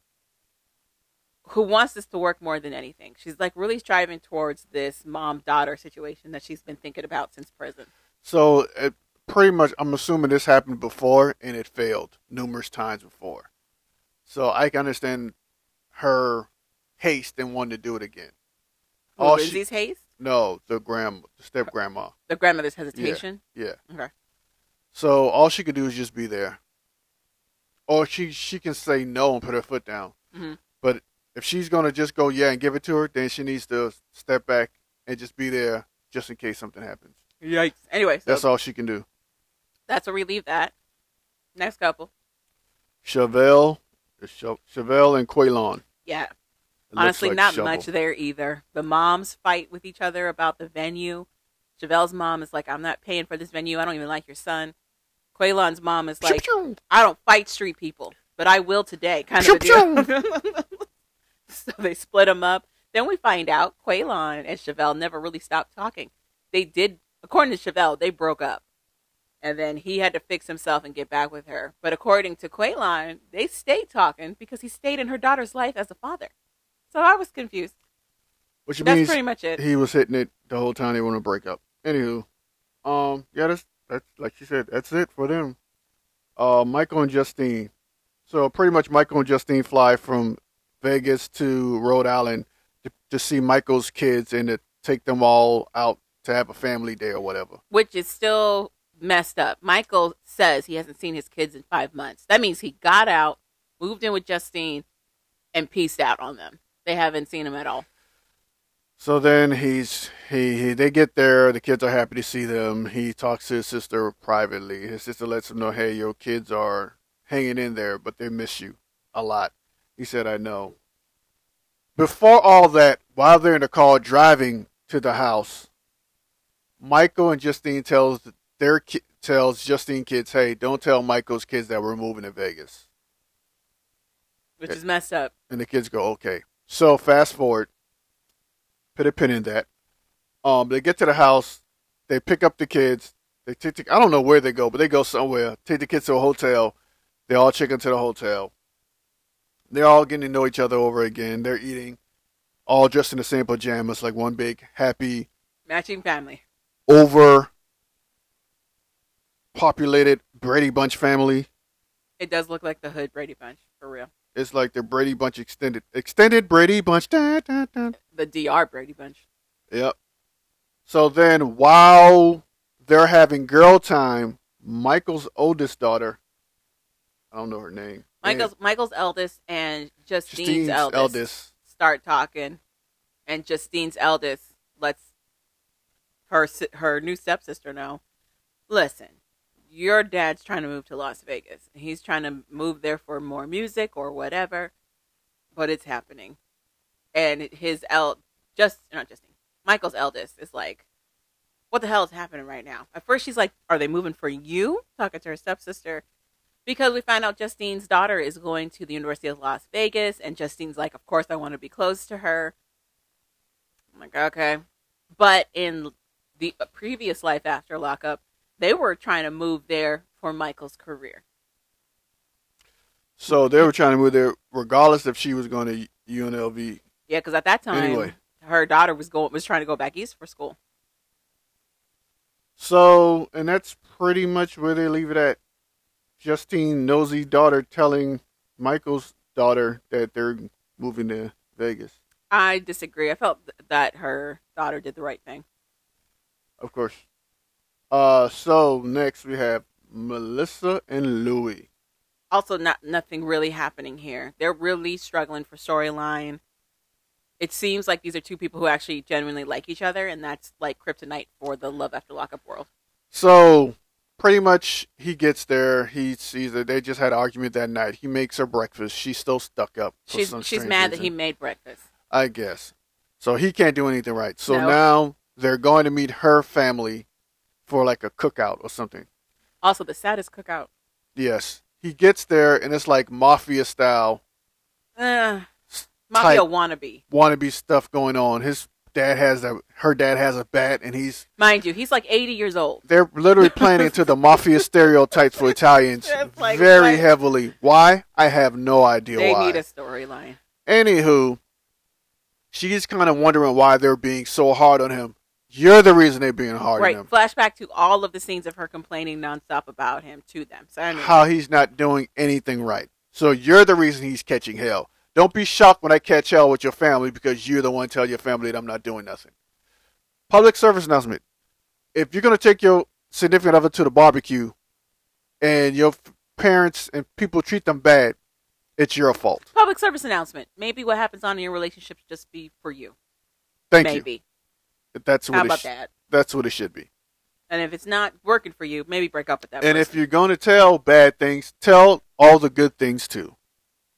who wants this to work more than anything. She's like really striving towards this mom daughter situation that she's been thinking about since prison. So it pretty much, I'm assuming this happened before and it failed numerous times before. So I can understand her haste and wanting to do it again. Who, Oh, she- Lindsay's haste, No, the grandma, the step grandma. the grandmother's hesitation. Yeah. Uh, Okay. So all she could do is just be there, or she she can say no and put her foot down. Mhm. But if she's gonna just go yeah and give it to her, then she needs to step back and just be there just in case something happens. Yikes. Anyway, so That's that's, all she can do. where we leave that. Next couple. Chevelle, Che- Chevelle and Quaylon. Yeah. It looks Honestly, like not Shovel. much there either. The moms fight with each other about the venue. Javelle's mom is like, I'm not paying for this venue. I don't even like your son. Quaylon's mom is like, I don't fight street people, but I will today, kind of a deal. so they split them up. Then we find out Quaylon and Chevelle never really stopped talking. They did, according to Chevelle, they broke up. And then he had to fix himself and get back with her. But according to Quaylon, they stayed talking because he stayed in her daughter's life as a father. So I was confused. Which That's means pretty much it. he was hitting it the whole time they want to break up. Anywho, um, yeah, that's that's like she said, that's it for them. Uh, Michael and Justine. So pretty much, Michael and Justine fly from Vegas to Rhode Island to, to see Michael's kids and to take them all out to have a family day or whatever. which is still messed up. Michael says he hasn't seen his kids in five months. That means he got out, moved in with Justine, and peaced out on them. They haven't seen him at all. So then he's he, he they get there. The kids are happy to see them. He talks to his sister privately. His sister lets him know, "Hey, your kids are hanging in there, but they miss you a lot." He said, "I know." Before all that, while they're in the car driving to the house, Michael and Justine tells their ki- tells Justine kids, "Hey, don't tell Michael's kids that we're moving to Vegas." Which is messed up. And the kids go, okay. So fast forward, put a pin in that. Um, they get to the house, they pick up the kids. They take the, I don't know where they go, but they go somewhere. Take the kids to a hotel. They all check into the hotel. They're all getting to know each other over again. They're eating, all dressed in the same pajamas, like one big happy Matching family. over populated Brady Bunch family. It does look like the hood Brady Bunch for real. It's like the Brady Bunch extended, extended Brady Bunch. Da, da, da, The DR Brady Bunch. Yep. So then, while they're having girl time, Michael's oldest daughter, I don't know her name. Michael's Michael's eldest and and Justine's, Justine's eldest, eldest. start talking, and Justine's eldest lets her si- her new stepsister know. Listen, your dad's trying to move to Las Vegas. He's trying to move there for more music or whatever, but it's happening. And his el just not Justine, Michael's eldest is like, what the hell is happening right now? At first, she's like, are they moving for you? Talking to her stepsister. Because we find out Justine's daughter is going to the University of Las Vegas, and Justine's like, of course, I want to be close to her. I'm like, okay. But in the previous life after lockup, they were trying to move there for Michael's career. So they were trying to move there, regardless if she was going to UNLV. Yeah, because at that time, Anyway. her daughter was going was trying to go back east for school. So, and that's pretty much where they leave it at. Justine nosy daughter telling Michael's daughter that they're moving to Vegas. I disagree. I felt th- that her daughter did the right thing. Of course. Uh, so next we have Melissa and Louie. also not nothing really happening here. They're really struggling for storyline. It seems like these are two people who actually genuinely like each other, and that's like kryptonite for the love after lockup world. So pretty much he gets there, he sees that they just had an argument that night. He makes her breakfast. She's still stuck up. for She's some she's strange mad that he reason, made breakfast. I guess. So he can't do anything right. So No. now they're going to meet her family for like a cookout or something. Also, the saddest cookout. Yes. he gets there and it's like mafia style Uh, mafia Type. wannabe, wannabe stuff going on. His dad has a her dad has a bat and he's mind you. He's like 80 years old. they're literally playing into the mafia stereotypes for Italians It's like, very what? heavily. Why? I have no idea They why. need a storyline. Anywho, she's kind of wondering why they're being so hard on him. You're the reason they're being hard Right. on him. Flashback to all of the scenes of her complaining nonstop about him to them. So anyway, How he's not doing anything right. So you're the reason he's catching hell. Don't be shocked when I catch hell with your family because you're the one tell your family that I'm not doing nothing. Public service announcement. If you're going to take your significant other to the barbecue and your f- parents and people treat them bad, it's your fault. public service announcement. Maybe what happens on in your relationship should just be for you. Thank maybe. you. That's How what, it about sh- that? that's what it should be. And if it's not working for you, maybe break up with that. person. And if you're going to tell bad things, tell all the good things too.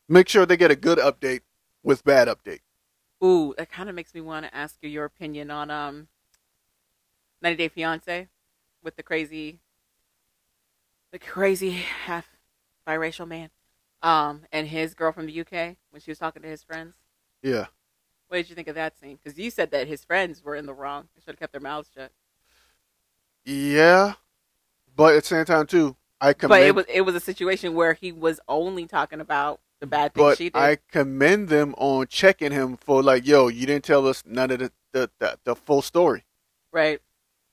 Make sure they get a good update with bad update. Ooh, that kind of makes me want to ask you your opinion on um, 90 Day Fiance with the crazy, the crazy half biracial man, um, and his girl from the UK when she was talking to his friends. Yeah. What did you think of that scene? Because you said that his friends were in the wrong; they should have kept their mouths shut. Yeah. But at the same time too, I but commend it was it was a situation where he was only talking about the bad things but she did. I commend them on checking him for like, yo, you didn't tell us none of the the, the, the full story. right?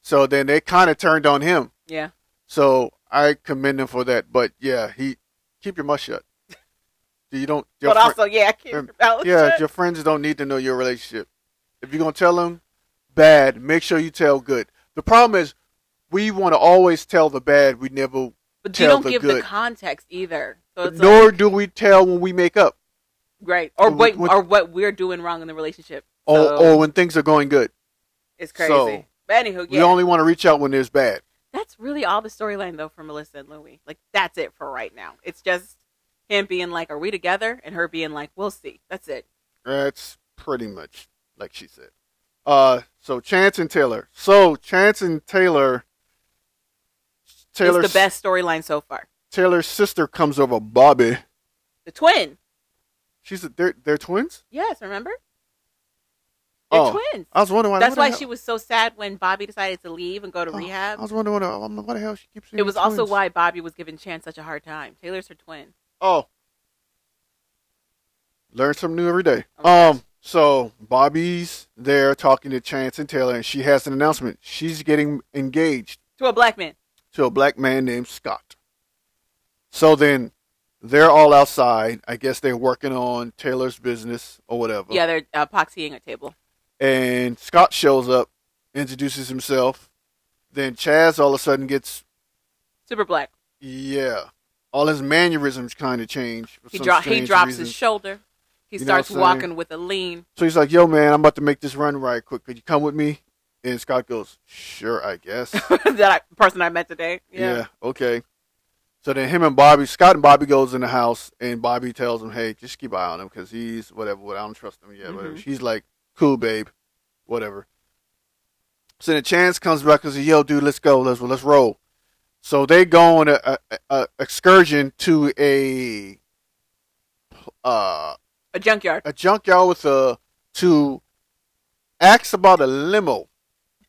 So then they kind of turned on him. Yeah. So I commend him for that. But yeah, he keep your mouth shut. You don't. your But fri- also, yeah, I can't Um, about yeah, shut. your friends don't need to know your relationship. If you're gonna tell them bad, make sure you tell good. The problem is we want to always tell the bad. We never, but you tell don't the give the good. context either. So it's nor do we tell when we make up Right. Or With- what with- or what we're doing wrong in the relationship. or, So or when things are going good. it's crazy. so, but anywho, We yeah. only want to reach out when there's bad. that's really all the storyline though for Melissa and Louis. Like that's it for right now. It's just him being like, Are we together? And her being like, We'll see. That's it. That's pretty much like she said. Uh, so Chance and Taylor. So Chance and Taylor. Taylor's it's the best storyline so far. Taylor's sister comes over Bobby. The twin. She's a, they're they're twins. Yes, remember? They're Oh, twins. I was wondering why. that's why why she was so sad when Bobby decided to leave and go to Oh, rehab. I was wondering what, I'm like, why the hell she keeps. it was also twins? why Bobby was giving Chance such a hard time. Taylor's her twin. Oh, learn something new every day. Oh, um, so Bobby's there talking to Chance and Taylor, and she has an announcement. She's getting engaged To a black man. to a black man named Scott. So then, they're all outside. I guess they're working on Taylor's business or whatever. Yeah, they're uh, epoxying a table. and Scott shows up, introduces himself. Then Chaz all of a sudden gets Super black. yeah, all his mannerisms kind of change. for He, some dro- he strange drops reason. his shoulder. He You know starts what I'm saying? walking with a lean. So he's like, "Yo, man, I'm about to make this run right quick. Could you come with me?" And Scott goes, "Sure, I guess." that I, person I met today. Yeah. yeah, okay. So then him and Bobby, Scott and Bobby goes in the house, and Bobby tells him, "Hey, just keep an eye on him because he's whatever. whatever, I don't trust him yet. Whatever." Mhm. She's like, "Cool, babe, whatever." So then Chance comes back and says, "Yo, dude, let's go. Let's let's roll." So they go on a, a, a excursion to a uh A junkyard. a junkyard with a to ask about a limo.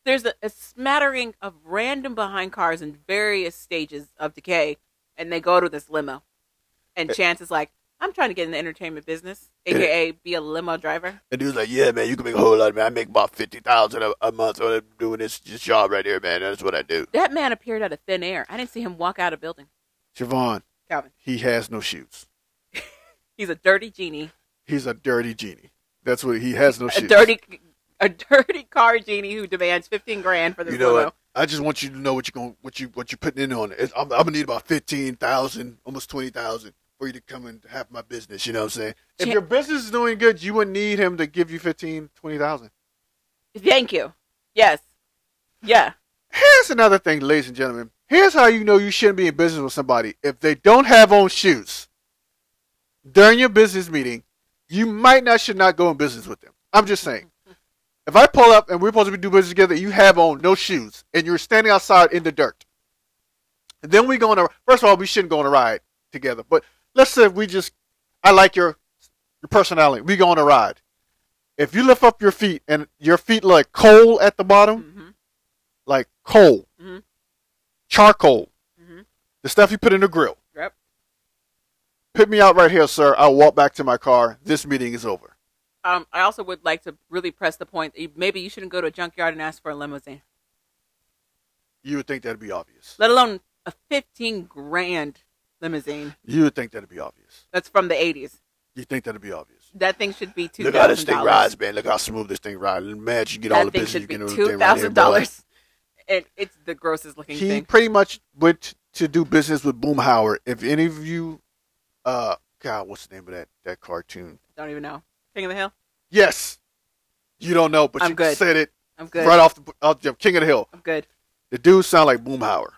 There's a, a smattering of random behind cars in various stages of decay, and they go to this limo. Eh. And Chance is like, I'm trying to get in the entertainment business, aka be a limo driver. And he was like, "Yeah, man, you can make a whole lot, man. I make about fifty thousand a a month on doing this this job right here, man. That's what I do." That man appeared out of thin air. I didn't see him walk out of building. Javon, Calvin. he has no shoes. He's a dirty genie. He's a dirty genie. That's what he has no a shoes. dirty a dirty car genie who demands fifteen grand for this You know limo. what? I just want you to know what you're going, what you what you're putting in on it. It's- I'm, I'm gonna need about fifteen thousand, almost twenty thousand, for you to come and have my business. You know what I'm saying? If Chan- your business is doing good, you wouldn't need him to give you fifteen, twenty thousand. Thank you. Yes. Yeah. Here's another thing, ladies and gentlemen. Here's how you know you shouldn't be in business with somebody. If they don't have on shoes during your business meeting, you might not should not go in business with them. I'm just saying. If I pull up and we're supposed to be doing business together, you have on no shoes and you're standing outside in the dirt. And then we go on a first of all, we shouldn't go on a ride. together. But let's say we just, I like your your personality. We go on a ride. If you lift up your feet and your feet like coal at the bottom, Mhm. like coal, Mhm. charcoal, Mhm. the stuff you put in the grill. Yep. Pick me out right here, sir. I'll walk back to my car. This meeting is over. Um, I also would like to really press the point. that you- Maybe you shouldn't go to a junkyard and ask for a limousine, You would think that'd be obvious. let alone a fifteen grand limousine. You would think that'd be obvious. That's from the eighties. You think that'd be obvious. That thing should be two Look how this thousand thing dollars. rides, man. Look how smooth this thing rides. Man, you get all the That thing business you should be can two do. Two thousand thousand dollars. And it's the grossest looking He thing. pretty much went to do business with Boomhauer. If any of you, uh, God, what's the name of that that cartoon? Don't even know. King of the Hill. Yes, you don't know, but I'm you good. said it I'm good. right off the, off the King of the Hill. I'm good. The dude sound like Boomhauer.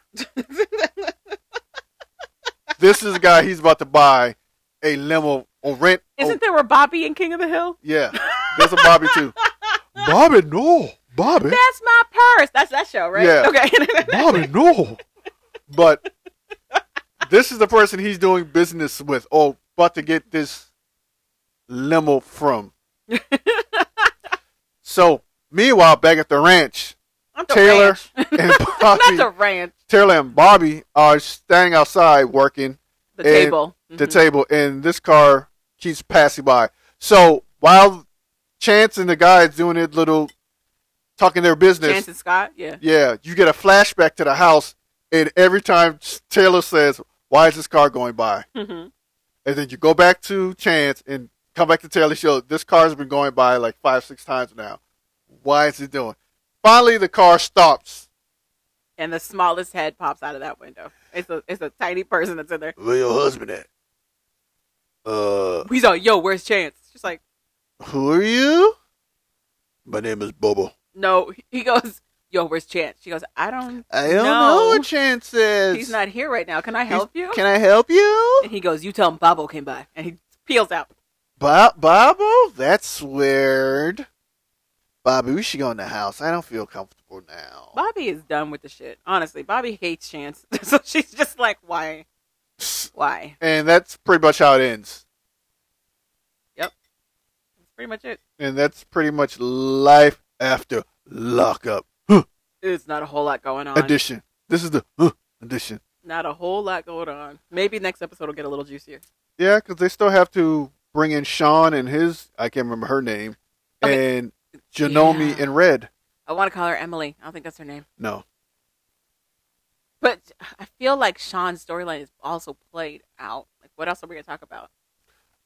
this is a guy he's about to buy a limo or rent. Isn't oh, there a Bobby in King of the Hill? yeah, there's a Bobby too. Bobby, no, Bobby. That's my purse. That's that show, right? Hmm? Yeah. Okay. Bobby, no. But this is the person he's doing business with or about to get this limo from. so, meanwhile, back at the ranch, I'm the Taylor ranch. and Not the Bobby, ranch. Taylor and Bobby are staying outside working The And table. the Mhm. table, and this car keeps passing by. So while Chance and the guys doing their little talking their business, Chance and Scott. Yeah. yeah, you get a flashback to the house, and every time Taylor says, "Why is this car going by?" Mhm. and then you go back to Chance and come back to Taylor, show this car has been going by like five, six times now. Why is it doing? Finally, the car stops. And the smallest head pops out of that window. It's a it's a tiny person that's in there. Where your husband at? Uh, He's all, yo, where's Chance? She's like, who are you? My name is Bobo. no. He goes, yo, where's Chance? She goes, I don't. I don't No. know what Chance is. He's not here right now. Can I He's- help you? Can I help you? and he goes, you tell him Bobo came by. And he peels out. Bob, Bobbo, that's weird. Bobby, we should go in the house. I don't feel comfortable now. Bobby is done with the shit. Honestly, Bobby hates Chance, so she's just like, why, why? And that's pretty much how it ends. That's pretty much it. And that's pretty much life after lockup huh, It's not a whole lot going on. edition. This is the uh, huh, edition. Not a whole lot going on. Maybe next episode will get a little juicier. Yeah, because they still have to bring in Sean and his, I can't remember her name, Okay. and Janome Yeah. in red. I want to call her Emily. I don't think that's her name. No. But I feel like Sean's storyline is also played out. Like, what else are we gonna talk about?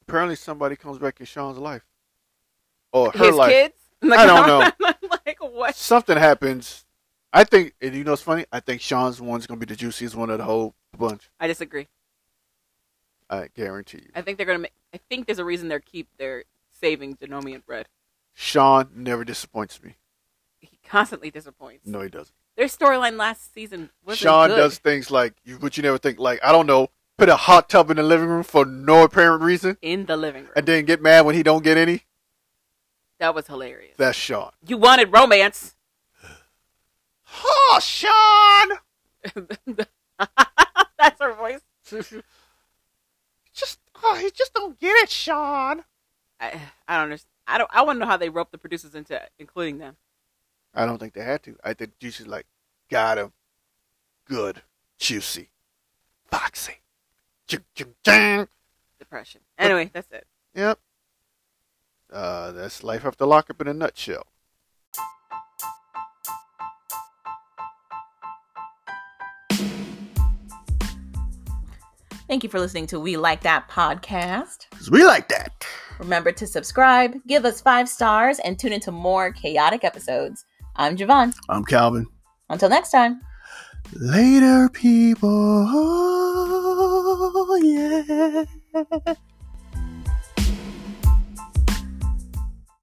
Apparently somebody comes back in Sean's life. Or her His life. kids? Like, I don't know. like what? something happens. I think, and you know what's funny? I think Sean's one's gonna be the juiciest one of the whole bunch. I disagree. I guarantee you. I think they're gonna. Make, I think there's a reason they're keep they're saving Genomian bread. Sean never disappoints me. He constantly disappoints. No, he doesn't. Their storyline last season was Sean good. does things like you, but you never think like I don't know. Put a hot tub in the living room for no apparent reason, in the living room. and then get mad when he don't get any. that was hilarious. That's Sean. you wanted romance. Oh, Sean! That's her voice. Just oh, he just don't get it, Sean. I, I don't understand. I don't. I want to know how they roped the producers into including them. I don't think they had to. I think Juicy's like, got him. Good. Juicy. Foxy. Ching, ching, ching. Depression. Anyway, that's it. Yep. Uh, that's life after lockup in a nutshell. Thank you for listening to We Like That podcast. we like that. Remember to subscribe, give us five stars, and tune into more chaotic episodes. I'm Javon. I'm Calvin. Until next time. Later, people. yeah.